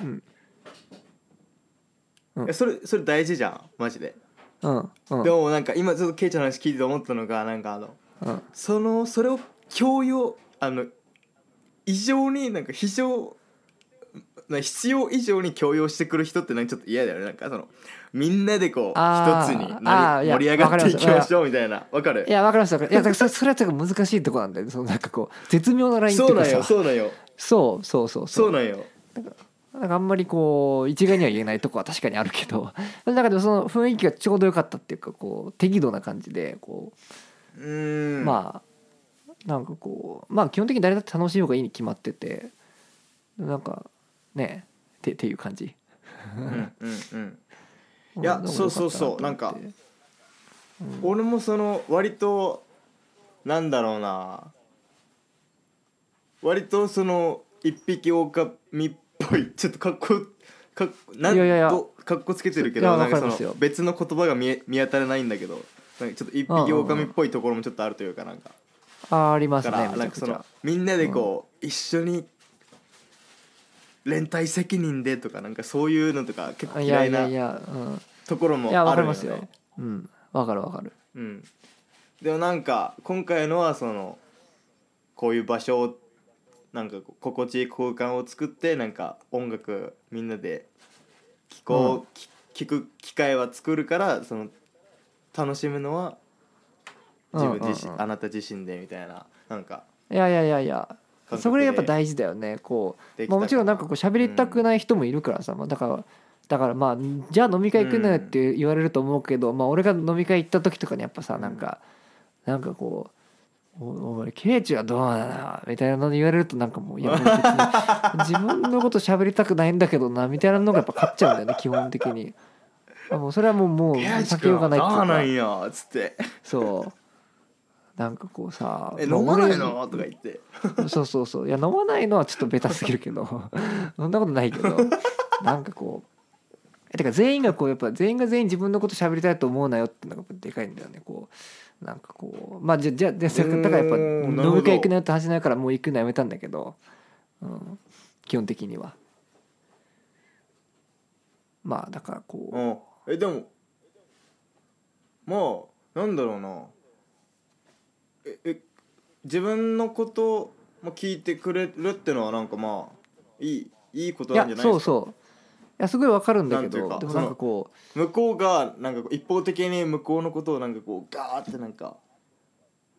うんえそれそれ大事じゃんマジでうんうんでもなんか今ちょっとケイちゃんの話聞いてて思ったのがなんかあのうんそのそれを共有あの異常になんか非常な必要以上に強要してくる人ってなんかちょっと嫌だよねなんかそのみんなでこう一あつーにあなーりいや盛り上がっていきわかりまますしょうみたいなわかるいやわかりましたわかりましたいやだからそれそれはちょっと難しいとこなんだよねそのなんかこう絶妙なラインっていそううかなんよさそうなんよそうそうそうそうなんよなんかあんまりこう一概には言えないとこは確かにあるけど なんかでもその雰囲気がちょうど良かったっていうかこう適度な感じでこうう、ーんまあなんかこうまあ基本的に誰だって楽しい方がいいに決まっててなんかねってっていう感じ。うんうんうんうんいやなんかそうそうそう良ったと思って俺もその割となんだろうな割とその一匹狼っぽいちょっとかっこかっなんいやいやいやどかっこつけてるけいやどなんわかかそりますよの別の言葉が見え見当たらないんだけどなんかちょっと一匹狼っぽいところもちょっとあるというかなんかあありまだすかねらめちなんゃかくちそゃの。みんなでこう一緒に連帯責任でとかなんかそういうのとか結構いや嫌いいやいなや、うところもん、いやわあかるりよますねよ。うんわかるわかる。うん、でもなんか今回のはそのこういう場所をなんかこう心地いい空間を作ってなんか音楽みんなで聴こう、き聞く機会は作るからその楽しむのは自分自身、うんうんうんあなた自身でみたいななんかいやいやいやいや感覚でそこでやっぱ大事だよねこできう、たかまあ、らもちろんなんかこう喋りたくない人もいるからさ、まあだからだからまあじゃあ飲み会行くなよって言われると思うけど、まあ俺が飲み会行った時とかにやっぱさなんか、なんかこうお俺ケイチはどうなのみたいなの言われるとなんかもういやもう別に 自分のこと喋りたくないんだけどなみたいなのがやっぱ勝っちゃうんだよ ね基本的にあもうそれはもうもうケイチ避け君ようはがないって飲まないいんうかやつ ってそうなんかこうさ「えまあ飲まない俺の?」とか言って そうそうそういや飲まないのはちょっとベタすぎるけど そんなことないけどなんかこうえてか全員がこうやっぱ全員が全員自分のこと喋りたいと思うなよってのがやっぱでかいんだよねこうなんかこうまあじゃじゃじゃだからやっぱうーんなる飲ほどみ会行くなよって話になるからもう行くのやめたんだけど、うん、基本的にはまあだからこう、うんえでもまあなんだろうなええ自分のことをまあ聞いてくれるってのはなんかまあいいいいこといなんやじゃないでそうすかそういやすごいわかるんだけどなんてでいうかもそのなんかこう向こうがなんかこう一方的に向こうのことをなんかこうガーってなんか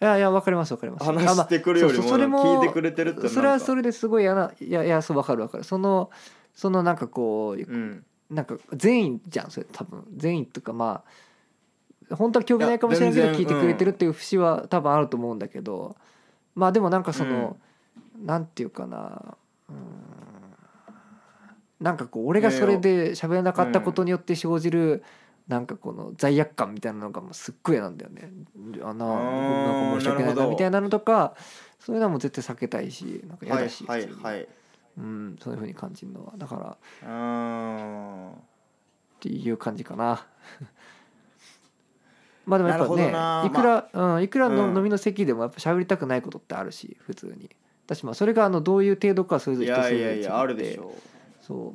いやいやわかりますわかります話してくるよりもあまあそうそうそれも聞いてくれてるってなんかそれはそれですごい嫌ないやいやそうわかるわかるそのそのなんかこううんなんか善意じゃんそれ多分善意とかまあ本当は興味ないかもしれないけどいや聞全いて然くれてるっていう節は多分あると思うんだけどまあでもなんかその、なんていうかなうーんなんかこう俺がそれで喋らなかったことによって生じる、なんかこの罪悪感みたいなのがもうすっごい嫌なんだよね。あななんか申しなる訳ないほなどみたいなのとかそういうのはもう絶対避けたいしなんか嫌はいだし、はい普通にはいうん、そういうふうに感じるのはだからうーんっていう感じかな まあでもやっぱなねるほいくどら、うん、いくらのうん飲みの席でもやっぱ喋りたくないことってあるし普通にだしまあそれがあのどういう程度かそれぞいれ人そやれいぞやれ違いってやあるでしょそ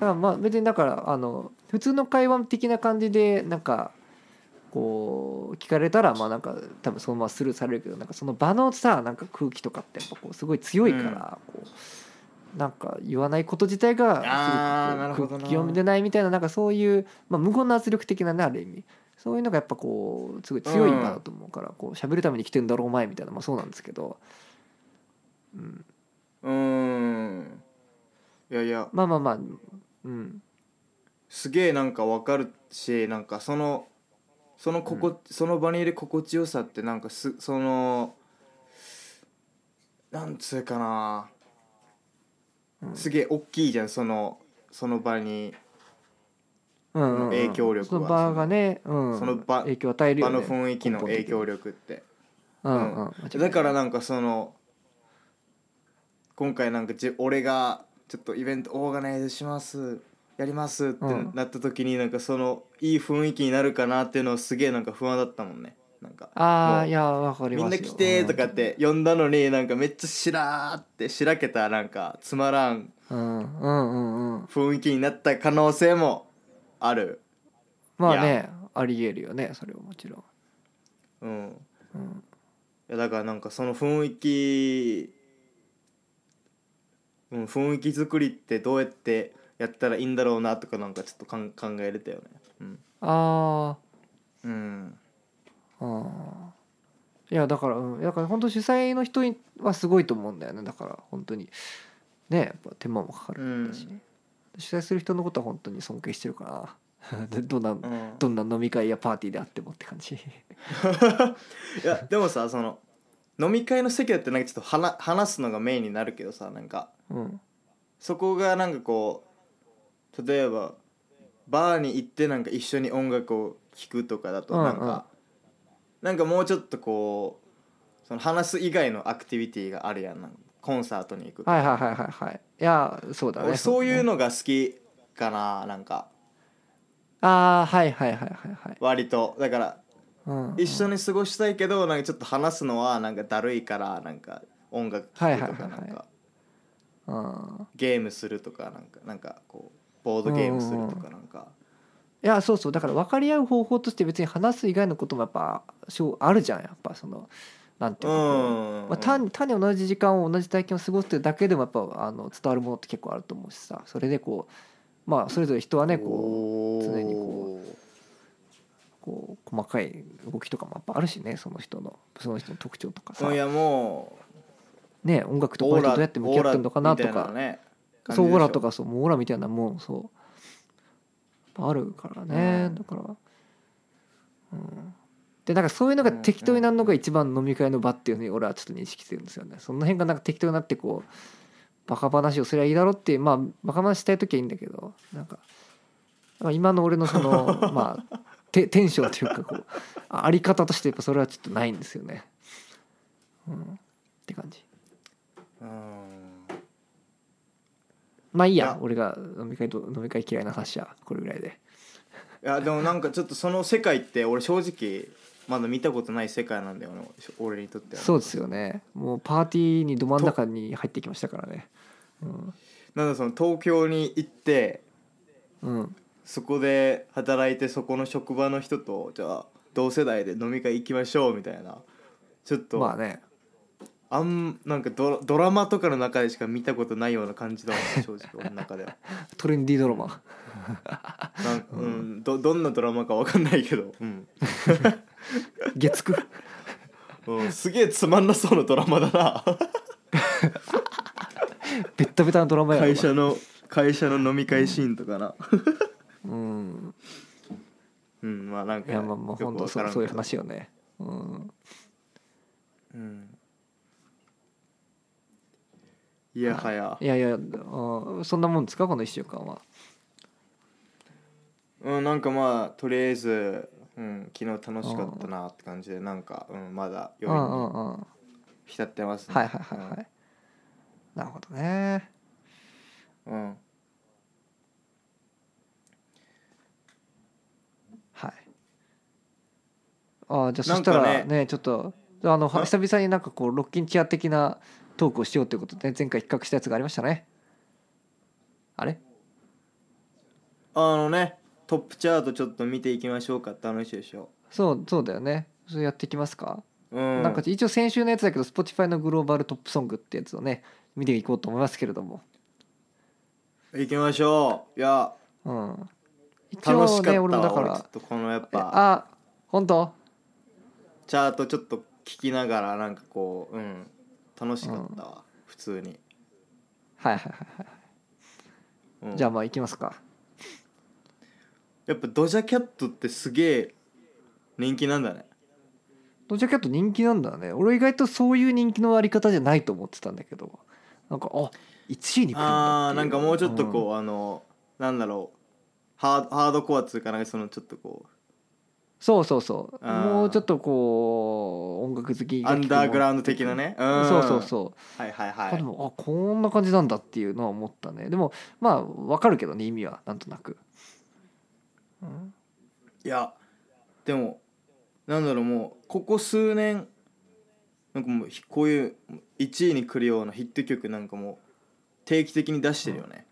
うだからまあ別にだからあの普通の会話的な感じでなんかこう聞かれたらまあなんか多分そのままスルーされるけどなんかその場のさなんか空気とかってやっぱこうすごい強いから、こうなんか言わないこと自体あーながるすほごどくな読んでないみたいななんかそういう、まあ、無言の圧力的なねある意味そういうのがやっぱこうすごい強い場だと思うから、こう喋るために来てんだろうお前みたいなまあそうなんですけど、うん、うーんいやいやまあまあまあうんすげえなんかわかるしなんかそのそのここ、その場にいる心地よさってなんかすそのなんつうかな、うんすげえ大きいじゃんそのその場にうんうんうん影響力はその場がね、うん、その場影響を与えるよ、場ね、の雰囲気の影響力力、って、うんうんうんだからななんかその今回なんかじ俺がちょっとイベントオーガナイズしますやりますってうんなった時になんかそのいい雰囲気になるかなっていうのはすげえなんか不安だったもんねなんかあもあういやわかりみますんな来てとかって呼んだのになんかめっちゃしらーってしらけたなんかつまらんうんうんうんうんうん雰囲気になった可能性もあるまあねありえるよねそれはもちろん、うんうん、いやだからなんかその雰囲気うん雰囲気作りってどうやってやったらいいんだろうなとかなんかちょっとかん考えれたよねうん、あうん、あうんいやだから、うん、だから本当主催の人はすごいと思うんだよねだから本当にねやっぱ手間もかかるんだし、主催する人のことは本当に尊敬してるから でどんな、うんどんな飲み会やパーティーであってもって感じいやでもさその飲み会の席だってなんかちょっと話話すのがメインになるけどさなんかうんそこがなんかこう例えばバーに行ってなんか一緒に音楽を聴くとかだとうんうんなんか、なんかもうちょっとこうその話す以外のアクティビティがあるやんなんかコンサートに行く、はいはいはいはいはいいやそうだね俺そういうののが好きかななんかああはいはいはいはいはい、割とだからうん、一緒に過ごしたいけどなんかちょっと話すのはなんかだるいからなんか音楽聴くとかはいはいなはいはいんかうんゲームするとかなんかなんかこうボードゲームするとかなんかいやそうそうだから分かり合う方法として別に話す以外のこともやっぱしょうあるじゃんやっぱそのなんていうのかなまあ、単に単に同じ時間を同じ体験を過ごすってだけでもやっぱあの伝わるものって結構あると思うしさそれでこうまあそれぞれ人はねこ常にこううこう細かい動きとかもやっぱあるしねその人のその人の特徴とかさうんい、やもうね、音楽とこオーの人ラどうやって向き合ってるのかなとオーラかみたいなのねそうオーラと感かそうもうオーラみたいなもんそうあるからね、うんだから、うん、でなんかそういうのが適当になるのが一番飲み会の場っていうのに俺はちょっと認識してるんですよねその辺がなんか適当になってこうバカ話をすりゃいいだろってまあバカ話したい時はいいんだけどなんかまあ今の俺のその まあテテンションというかこうああり方としてやっぱそれはちょっとないんですよねうんって感じうんまあいいいやや俺が飲み会と飲み会嫌いな話はこれぐらいでいやでもなんかちょっとその世界って俺正直まだ見たことない世界なんだよねし俺にとってはそうですよねもうパーティーにど真ん中に入ってきましたからねうん、なんだその東京に行ってうん、そこで働いてそこの職場の人とじゃあ同世代で飲み会行きましょうみたいなちょっと、まあねあんなんかドラドラマとかの中でしか見たことないような感じだもんね正直俺の中ではトレンディードラマな ん、うん、どどんなドラマかわかんないけど、うん月9うん、すげえつまんなそうなドラマだなベッタベタなドラマやろ会社の会社の飲み会シーンとかなうんうんまあなんいかやまあまあよく本当わかそらうんそういうけど話よねうんうんいやはやいやいやあーそんなもんですかこの1週間はうんなんかまあとりあえず、うん、昨日楽しかったなって感じでなんか、うん、まだう余んう韻にんうんはい浸ってますねはいはいはいなるほどねうんはいあーじゃあそなんしたからねちょっとあのあ久々になんかこうロッキンチア的なトークをしようということで前回比較したやつがありましたねあれあのねトップチャートちょっと見ていきましょうかって話でしょそうそうだよねそれやっていきますかうんなんか一応先週のやつだけど Spotify のグローバルトップソングってやつをね見ていこうと思いますけれども、行きましょういやうん、一楽しか応ったわね俺もだか俺ちょらっとこのやっえぱあ本当チャートちょっと聞きながらなんかこううん楽しかったわ、普通に、はいはいはい、うん、じゃあまあ行きますかやっぱドジャキャットってすげえ人気なんだねドジャキャット人気なんだね俺意外とそういう人気のあり方じゃないと思ってたんだけどなんかあ1位に来るんだあーっていなんかもうちょっとこう、あのなんだろうハードハードコアっつうかなんかそのちょっとこそうそうそうあーもうちょっとこう音楽好きうがア聞くンダーグラウンド的なねうんそうそうそうはいはいはあでいもあこんな感じなんだっていうのは思ったねでもまあわかるけどね意味はなんとなく、うん、いやでもなんだろうもうここ数年なんかもうひこういう1位に来るようなヒット曲なんかもう定期的に出してるよね、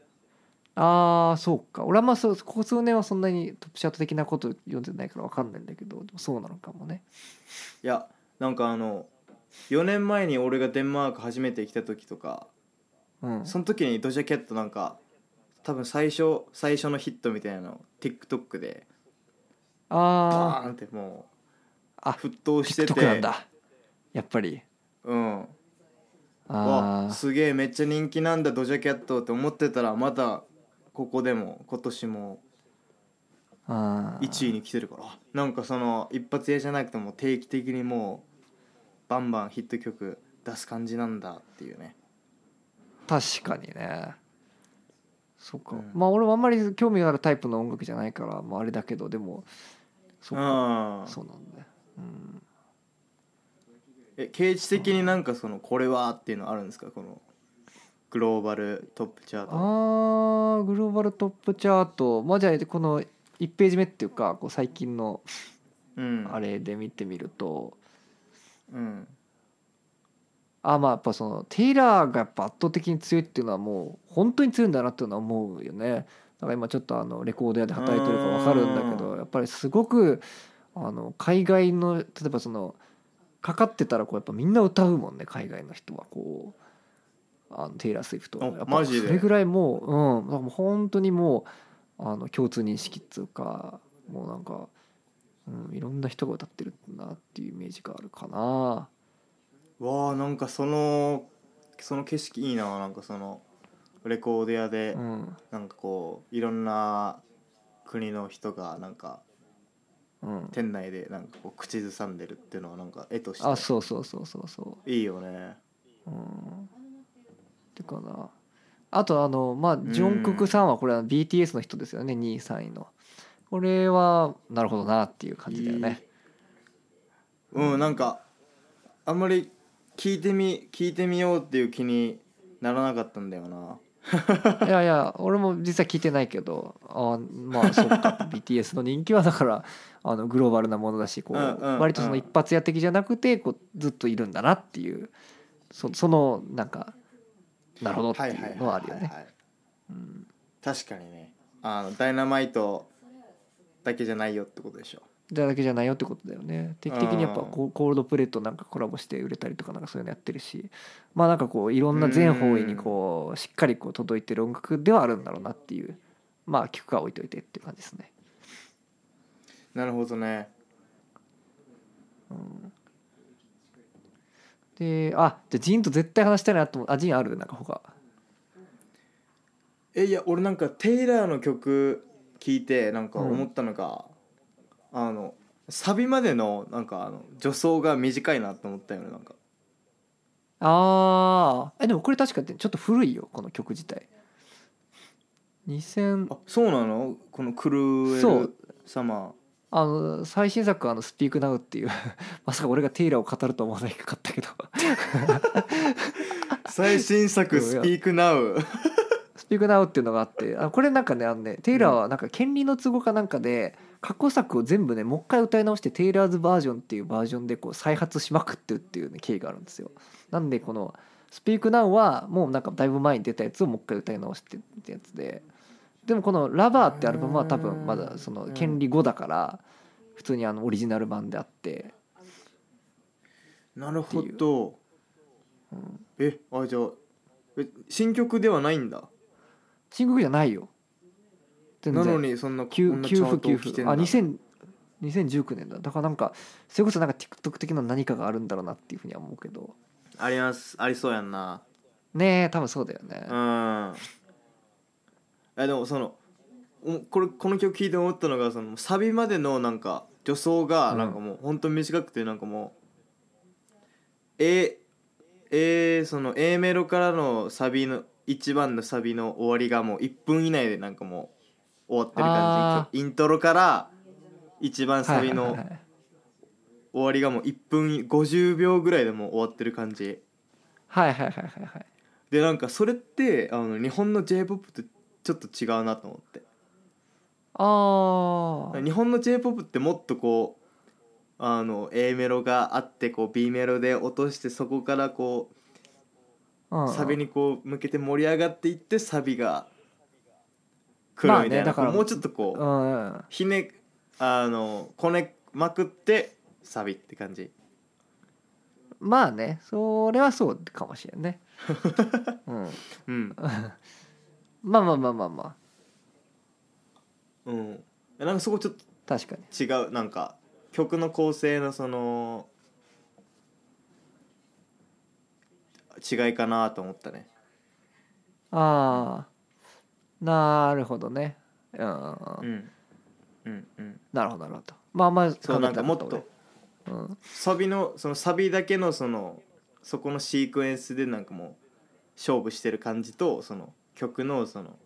ああそうか俺はまあそうここ数年はそんなにトップチャート的なこと読んでないからわかんないんだけどでもそうなのかもねいやなんかあの4年前に俺がデンマーク初めて来た時とかうんその時にドジャキャットなんか多分最初最初のヒットみたいなのを TikTok でバあーンってもうあ沸騰あして TikTok なんてだやっぱりうんあわあすげえめっちゃ人気なんだドジャキャットって思ってたらまたここでも今年もあー1位に来てるからあなんかその一発屋じゃなくても定期的にもうバンバンヒット曲出す感じなんだっていうね確かにねそうか、うんまあ俺もあんまり興味があるタイプの音楽じゃないから、まあ、あれだけどでもそうかあそうなんだよ、うん、え刑事的になんかそのこれはっていうのあるんですかこのグローバルトップチャーあトーグローバルトップチャートまあじゃあこの1ページ目っていうかこう最近のうんあれで見てみると、うんあまあやっぱそのテイラーがやっぱ圧倒的に強いっていうのはもう本当に強いんだなっていうのは思うよねだから今ちょっとあのレコード屋で働いてるから分かるんだけどやっぱりすごくあの海外の例えばそのかかってたらこうやっぱみんな歌うもんね海外の人はこうあのテイラー・スウィフトはあやっぱマそジでれぐらいもううんだからもう本当にもうあの共通認識っつうかもうなんか、うん、いろんな人が歌ってるんだなっていうイメージがあるかな。わあなんかそのその景色いいななんかそのレコード屋でうんなんかこういろんな国の人がなんかうん、店内でなんかこう口ずさんでるっていうのはなんか絵としてあそうそうそうそうそういいよねうんてかなあとあのまあんジョンククさんはこれは BTS の人ですよね2位3位のこれはなるほどなっていう感じだよねうんなんかあんまり聞いてみ聞いてみようっていう気にならなかったんだよないやいや俺も実は聞いてないけどあまあそう か BTS の人気はだからあのグローバルなものだしこうんうんうんう割とその一発屋的じゃなくてこうずっといるんだなっていうそそのなんかなるほどっていうのはあるよねい確かにねあのダイナマイトだけじゃないよってことでしょじゃだけじゃないよってことだよね定期的にやっぱこうコールドプレートなんかコラボして売れたりとかなんかそういうのやってるしまあなんかこういろんな全方位にこうしっかりこう届いてる音楽ではあるんだろうなっていうまあ聞くかは置いといてっていう感じですねなるほどねであじゃあジンと絶対話したいなと思うあジンあるなんか他えいや俺なんかテイラーの曲聞いてなんか思ったのが、あのサビまでのなんかあの助走が短いなと思ったよねなんかあーえでもこれ確かってちょっと古いよこの曲自体2000あそうなのこの「狂えそるう様あの最新作はあの「スピークナウっていう まさか俺がテイラーを語るとは思わなかったけど最新作「 いやいスやピークナウスピークナウっていうのがあってあこれなんかねあのねテイラーはなんか権利の都合かなんかで過去作を全部ねもう一回歌い直してテイラーズバージョンっていうバージョンでこう再発しまくってるっていう、ね、経緯があるんですよなんでこの「スピークナウはもうなんかだいぶ前に出たやつをもう一回歌い直してってやつででもこの「ラバー」ってアルバムは多分まだその権利後だから普通にあのオリジナル版であってなるほど、えあじゃあえ新曲ではないんだ新曲じゃないよ全な然のにそんなこ給んなチ給ャー付ト給を来て付んあだ2000 2019年だだからなんかそれこそなんか TikTok 的な何かがあるんだろうなっていうふうには思うけどありますありそうやんなねえ多分そうだよね、うんえでもそのおこれこの曲聴いて思ったのがそのサビまでのなんか助走がうんなんかもう本当に短くてなんかもう A, A その A メロからのサビの一番のサビの終わりがもう1分以内でなんかもう終わってる感あじイントロから一番はサいビはいのはいはい終わりがもう1分50秒ぐらいでもう終わってる感じはいはいはいはいはいでなんかそれってあの日本の j p o p とちょっと違うなと思ってあー日本の j p o p ってもっとこうあの A メロがあってこう B メロで落としてそこからこうんううんサビにこう向けて盛り上がっていってサビが来まあるみたねいなだからこうもうちょっとこううんうんひねあのこねまくってサビって感じまあねそれはそうかもしれ んね、うん、 うんまあまあまあまあまあうんなんかそこちょっと確かに違うなんか曲の構成のその違いかなと思ったねああなるほどねうんうんうんんううんうんなるほどなるほどまあまあそうなんかもっとうんサビのそのサビだけのそのそこのシークエンスでなんかもう勝負してる感じとその曲のその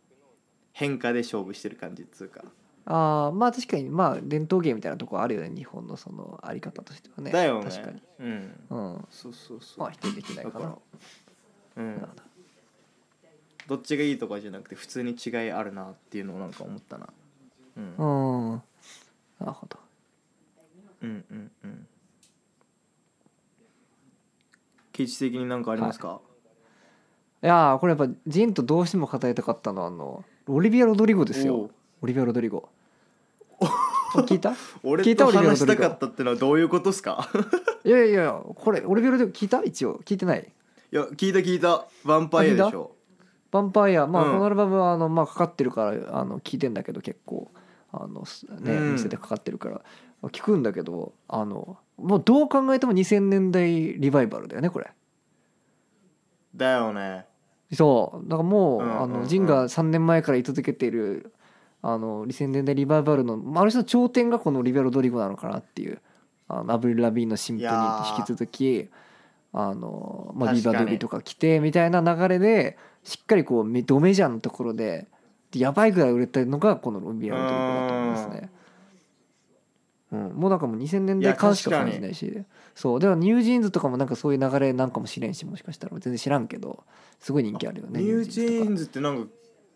変化で勝負してる感じっつうか、あーまあ確かにまあ伝統芸みたいなとこあるよね日本のそのあり方としてはねだよね確かにうんうんそうそうそうまあ否定できないかだなかうんなるほどどっちがいいとかじゃなくて普通に違いあるなっていうのをなんか思ったなうんうんなるほどうんうんうん形式的になんかありますか、いやーこれやっぱジンとどうしても語りたかったのはあのオリビア・ロドリゴですおようオリビア・ロド リゴ聞いた聞俺いたとオリビア・ロ話ドしリたゴかったってのはどういうことっすか いやいやいやこれオリビア・ロドリゴ聞いた一応聞いてないいや聞いた聞いたヴァンパイアでしょヴァンパイアまあうんこのアルバムはあのまあかかってるからあの聞いてんだけど結構あのすねうん店でかかってるから聞くんだけどあのもうどう考えても2000年代リバイバルだよねこれだよねそうだからもううんうんうんあのジンが3年前から居続けているあのリセンデンデリバイバルのまあある種の頂点がこのリベロドリゴなのかなっていうあのアブリル・ラビーンの新婦にいやー引き続きあの、まあ、ビ確ーかにバードゥビーとか来てみたいな流れでしっかりこうめドメジャーのところでやばいぐらい売れてるのがこのロビアのドリゴだと思いますね。うん、もうなんかもう2000年いや代感しか確か感にじないしそうだからニュージーンズとかもなんかそういう流れなんかもしれんしもしかしたら全然知らんけどすごい人気あるよねニュージとかーンズってなんか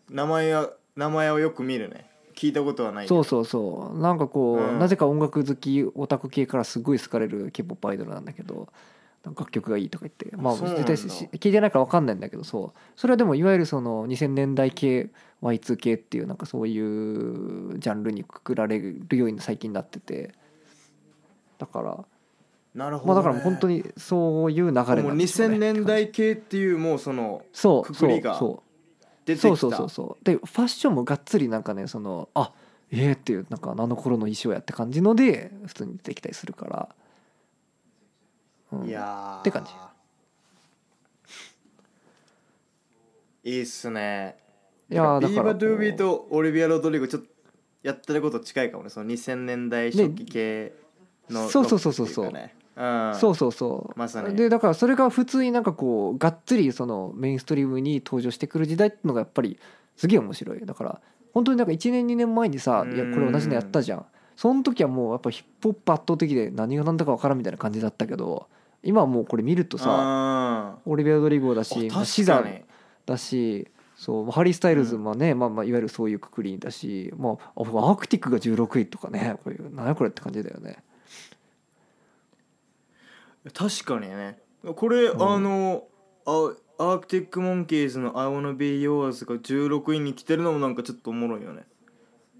名前は名前をよく見るね聞いたことはないけそどうそうそうなんかこう、うんなぜか音楽好きオタク系からすごい好かれる k p o p アイドルなんだけどなんか楽曲がいいとか言ってまあそうなんだ絶対し聞いてないから分かんないんだけどそうそれはでもいわゆるその2000年代系 Y2 系っていうなんかそういうジャンルにくくられるように最近なっててだからなるほまあど、だね、からもう本当にそういう流れなんもうでしょうね2000年代系っていうもうそのそうくそくうりがそう出てきたそうそうそうそうでファッションもがっつりなんかねそのあえー、っていうなんかあの頃の衣装やって感じので普通に出てきたりするから、うん、いやーって感じいいっすねいやービーバ・ドゥービーことオリビア・ロドリゴちょっとやってること近いかもねその2000年代初期系の、ねそうそうそうそうそうロックっていかねううん、そうそうそうまさにでだからそれが普通になんかこうがっつりそのメインストリームに登場してくる時代っていうのがやっぱりすげえ面白いだから本当になんか1年2年前にさうんいやこれ同じのやったじゃんその時はもうやっぱヒップホップ圧倒的で何が何だか分からんみたいな感じだったけど今はもうこれ見るとさあオリビア・ドリゴだーしあまあシ確ザかーにだしそうハリー・スタイルズうんもね、まあ、まあいわゆるそういうくくりだし、まあ、あアークティックが16位とかねこういう何やこれって感じだよね。確かにねこれ、んあのあアークティック・モンキーズの「I wanna be yours」が16位に来てるのもなんかちょっとおもろいよね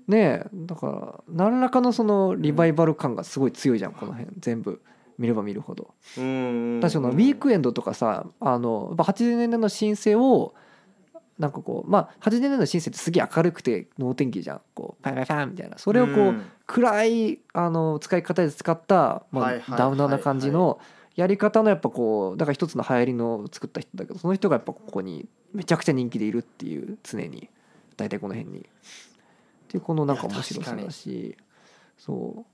ねえだから何らかのそのリバイバル感がすごい強いじゃんこの辺全部見れば見るほど。うんうんうんだしそのウィークエンドとかさあのやっぱ80年代の新生をなんかこうまあ80年代の新生ってすげえ明るくて能天気じゃんこうパンパンパンみたいなそれをこう、ん暗いあの使い方で使った、まはいはいはあ、いダウナーな感じのやり方のやっぱこうだから一つの流行りの作った人だけどその人がやっぱここにめちゃくちゃ人気でいるっていう常に大体この辺に。っていうこのなんかいや面白さだしそ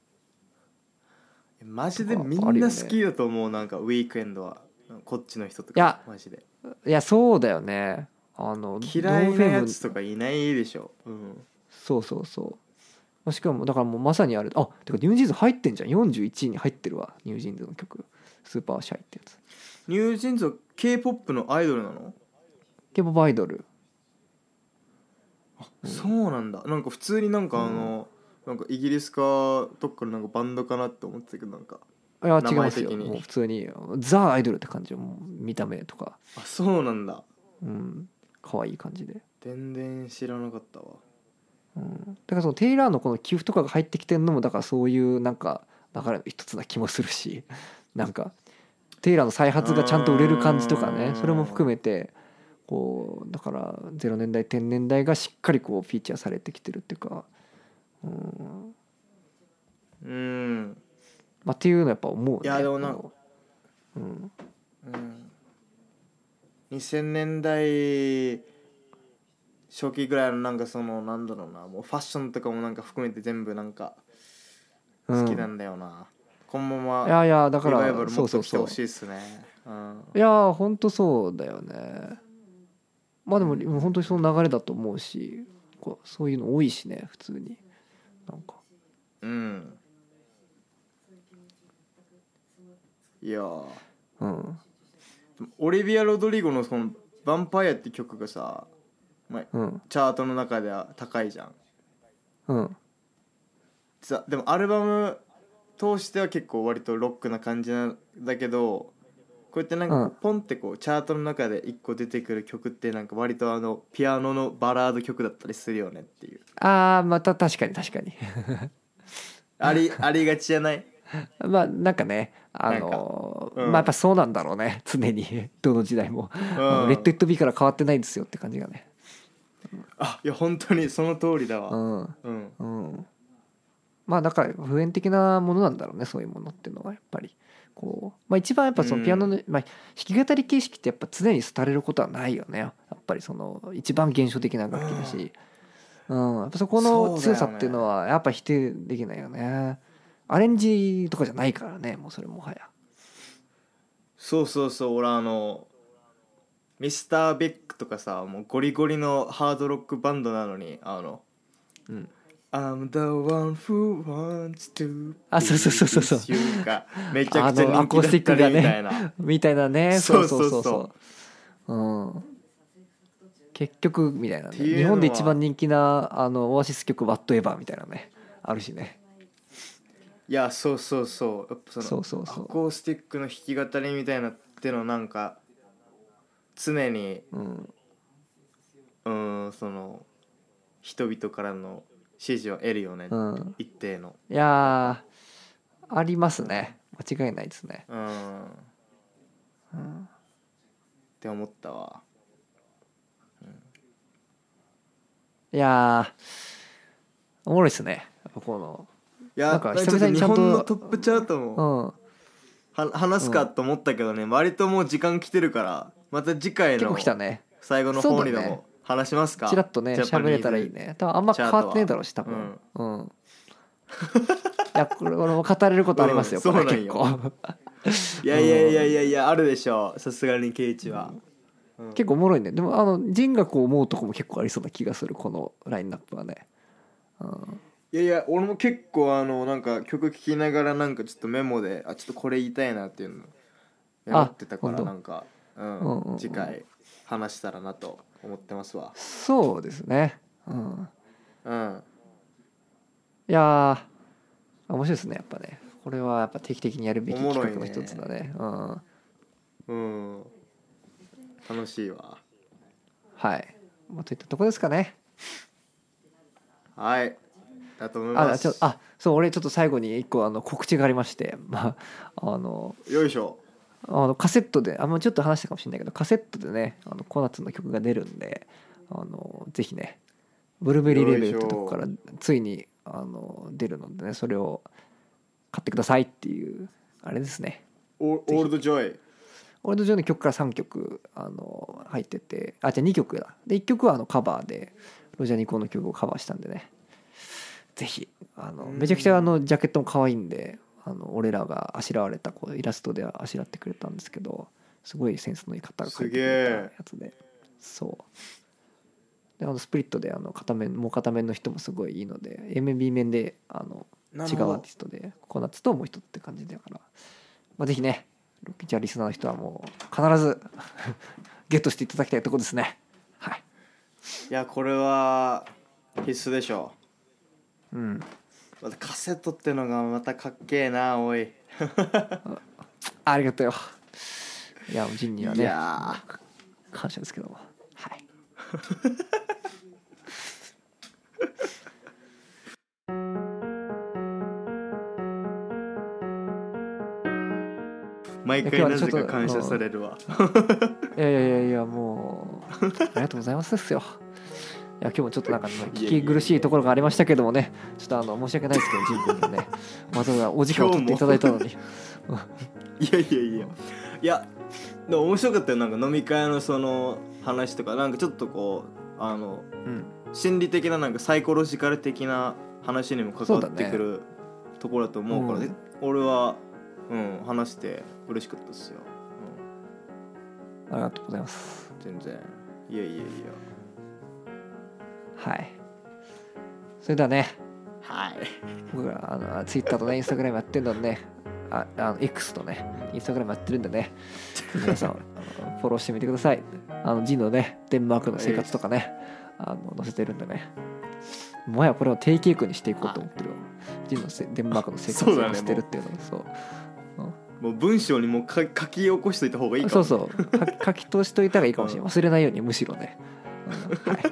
うマジでみんな好きだと思うなんかウィークエンドはこっちの人とかいやマジでいやそうだよねあの嫌ノいンフなェムやつとかいないでしょ、うん、そうそうそうまあしかもだからもうまさにあれあてかニュージーンズ入ってんじゃん41位に入ってるわニュージーンズの曲「スーパーシャイ」ってやつニュージーンズは k p o p のアイドルなの、ケボバイドルうんそうなんだなんか普通になんかあの、なんかイギリスかどっかのなんかバンドかなって思ってたけどなんかいや名違い前ますよ的にもう普通にザ・アイドルって感じよもう見た目とかあそうなんだうん可愛い感じで、全然知らなかったわうん、だからそのテイラーのこの寄付とかが入ってきてるのもだからそういうなんか流れの一つな気もするし なんかテイラーの再発がちゃんと売れる感じとかうーねんそれも含めてこうだから0年代10年代がしっかりこうフィーチャーされてきてるっていうか、うんうん、まあ、っていうのはやっぱ思うねいやでもなんかこのうん、うん、2000年代初期ぐらいのなんかそのなんだろうなもうファッションとかもなんか含めて全部なんか好きなうんんだよな、このままいやいやだかリバイバらルそもうっそとう来てそほうしいっすねうんいやーほんとそうだよねまあでももう本当にその流れだと思うしこうそういうの多いしね普通になんかうんいやーうんオリビア・ロドリゴのその「ヴァンパイア」って曲がさ、まあ、うんチャートの中では高いじゃんうんさでもアルバム通しては結構割とロックな感じなんだけどこうやってなんかこううんポンってこうチャートの中で一個出てくる曲ってなんか割とあのピアノのバラード曲だったりするよねっていうああまた確かに確かに ありありがちじゃないまあなんかねあのーなんかうんまあやっぱそうなんだろうね常に どの時代も、あのレッド・イット・ビーから変わってないですよって感じがねあいや本当にその通りだうわんうんうんまあだから普遍的なものなんだろうねそういうものっていうのはやっぱりこう、まあ、一番やっぱそのピアノの、まあ、弾き語り形式ってやっぱ常に廃れることはないよねやっぱりその一番現象的な楽器だし、うん、やっぱそこの強さっていうのはやっぱ否定できないよねアレンジとかじゃないからねもうそれもはやそうそうそう俺あのミスター・ベックとかさもうゴリゴリのハードロックバンドなのにあの「うん、 I'm the one who wants to あそうそうそうそうそう be with you がめちゃくちゃあのア人コースティ気ックだがったりねみたいな、 みたいなねそそううそそううそそううそううん結局みたいな、ね、っていうのは日本で一番人気なあのオアシス曲「ワットエバー」みたいなねあるしねいやそうそうそうやっぱそのそうそうそうアコースティックの弾き語りみたいなってのなんか常にうんうーんその人々からの支持を得るよね、うん一定のいやーありますね間違いないですねうーんって思ったわいやーおもろいっすねやっぱこのいやななんんかかちょ久っと々に日ちゃんと本のトップチャートも、うんは話すかと思ったけどね、割ともう時間来てるからまた次回結の構来たね最後の方にでそうだねも話しますかちらっとねジャパ喋ニーズれたらいいね多分あんま変わってねえだろうし多分うん、いやこれこれも語れることありますよ、うんこれそうなん結よ構いやいやいやいやいやあるでしょうさすがにケイチは、結構おもろいねでもあの人学を思うとこも結構ありそうな気がするこのラインナップはね、うん、いやいや俺も結構あのなんか曲聴きながらなんかちょっとメモであちょっとこれ言いたいなっていうのメモってたかほらんとなんか、うんうんうんうん次回話したらなと思ってますわそうですね、うん、うんいやー面白いですねやっぱねこれはやっぱ定期的にやるべきおもろい企ね画の一つだねうんうん楽しいわはい、まあ、といったとこですかねはいだと思いまあすちょあそう俺ちょっと最後に一個あの告知がありましてまああのよいしょあのカセットであんまちょっと話したかもしれないけどカセットでねあのコナツの曲が出るんであのぜひねブルーベリーレベルってとこからついにあの出るのでねそれを買ってくださいっていうあれですねオーオールドジョイ俺のジョーの曲から3曲あの入っててあじゃあ2曲だで1曲はあのカバーでロジャーニコの曲をカバーしたんでねぜひあのうんめちゃくちゃあのジャケットも可愛いんであの俺らがあしらわれたこうイラストであしらってくれたんですけどすごいセンスのいい方が描いてくれたやつでそうであのスプリットであの片面もう片面の人もすごいいいので MB 面であのな違うアーティストでコナッツともう一つって感じだから、まあ、ぜひねじゃあリスナーの人はもう必ず ゲットしていただきたいとこですねはいいやこれは必須でしょうんまたカセットってのがまたかっけえなおいありがとうよいやジンにはねいや感謝ですけどもはい毎い回や今な日はぜちょっかと感謝されるわいやいやいやいやもうありがとうございますですよいや今日もちょっとなんか聞き苦しいところがありましたけどもねちょっとあの申し訳ないですけどジン君に ねわざわざお時間を取っていただいたのにいやいやいやいやでも面白かったよなんか飲み会のその話とかなんかちょっとこうあのうん心理的ななんかサイコロジカル的な話にも関わってくる、ところだと思うから、うんで俺は、うん、話して嬉しかったですよ、ありがとうございますうん、全然いやいやいやはい。それではね、はい僕らあのツイッターとね、インスタグラムやってるのでね、ああの X とね、インスタグラムやってるんでね、皆さんあのフォローしてみてください。あのジンのね、デンマークの生活とかね、あの載せてるんでね。もはやこれを定期にしていこうと思ってるよ。ジンのせデンマークの生活そうだをね載せてるっていうのがそう,、もう文章にもうか書き起こしといた方がいいかそもうそうか書き通しといた方がいいかもしれない忘れないようにむしろね、うんはい、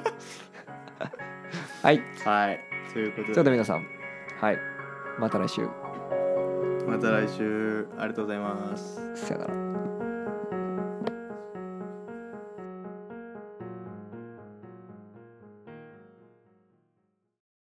はい、はいということそれででは皆さんはいまた来週また来週ありがとうございますさよなら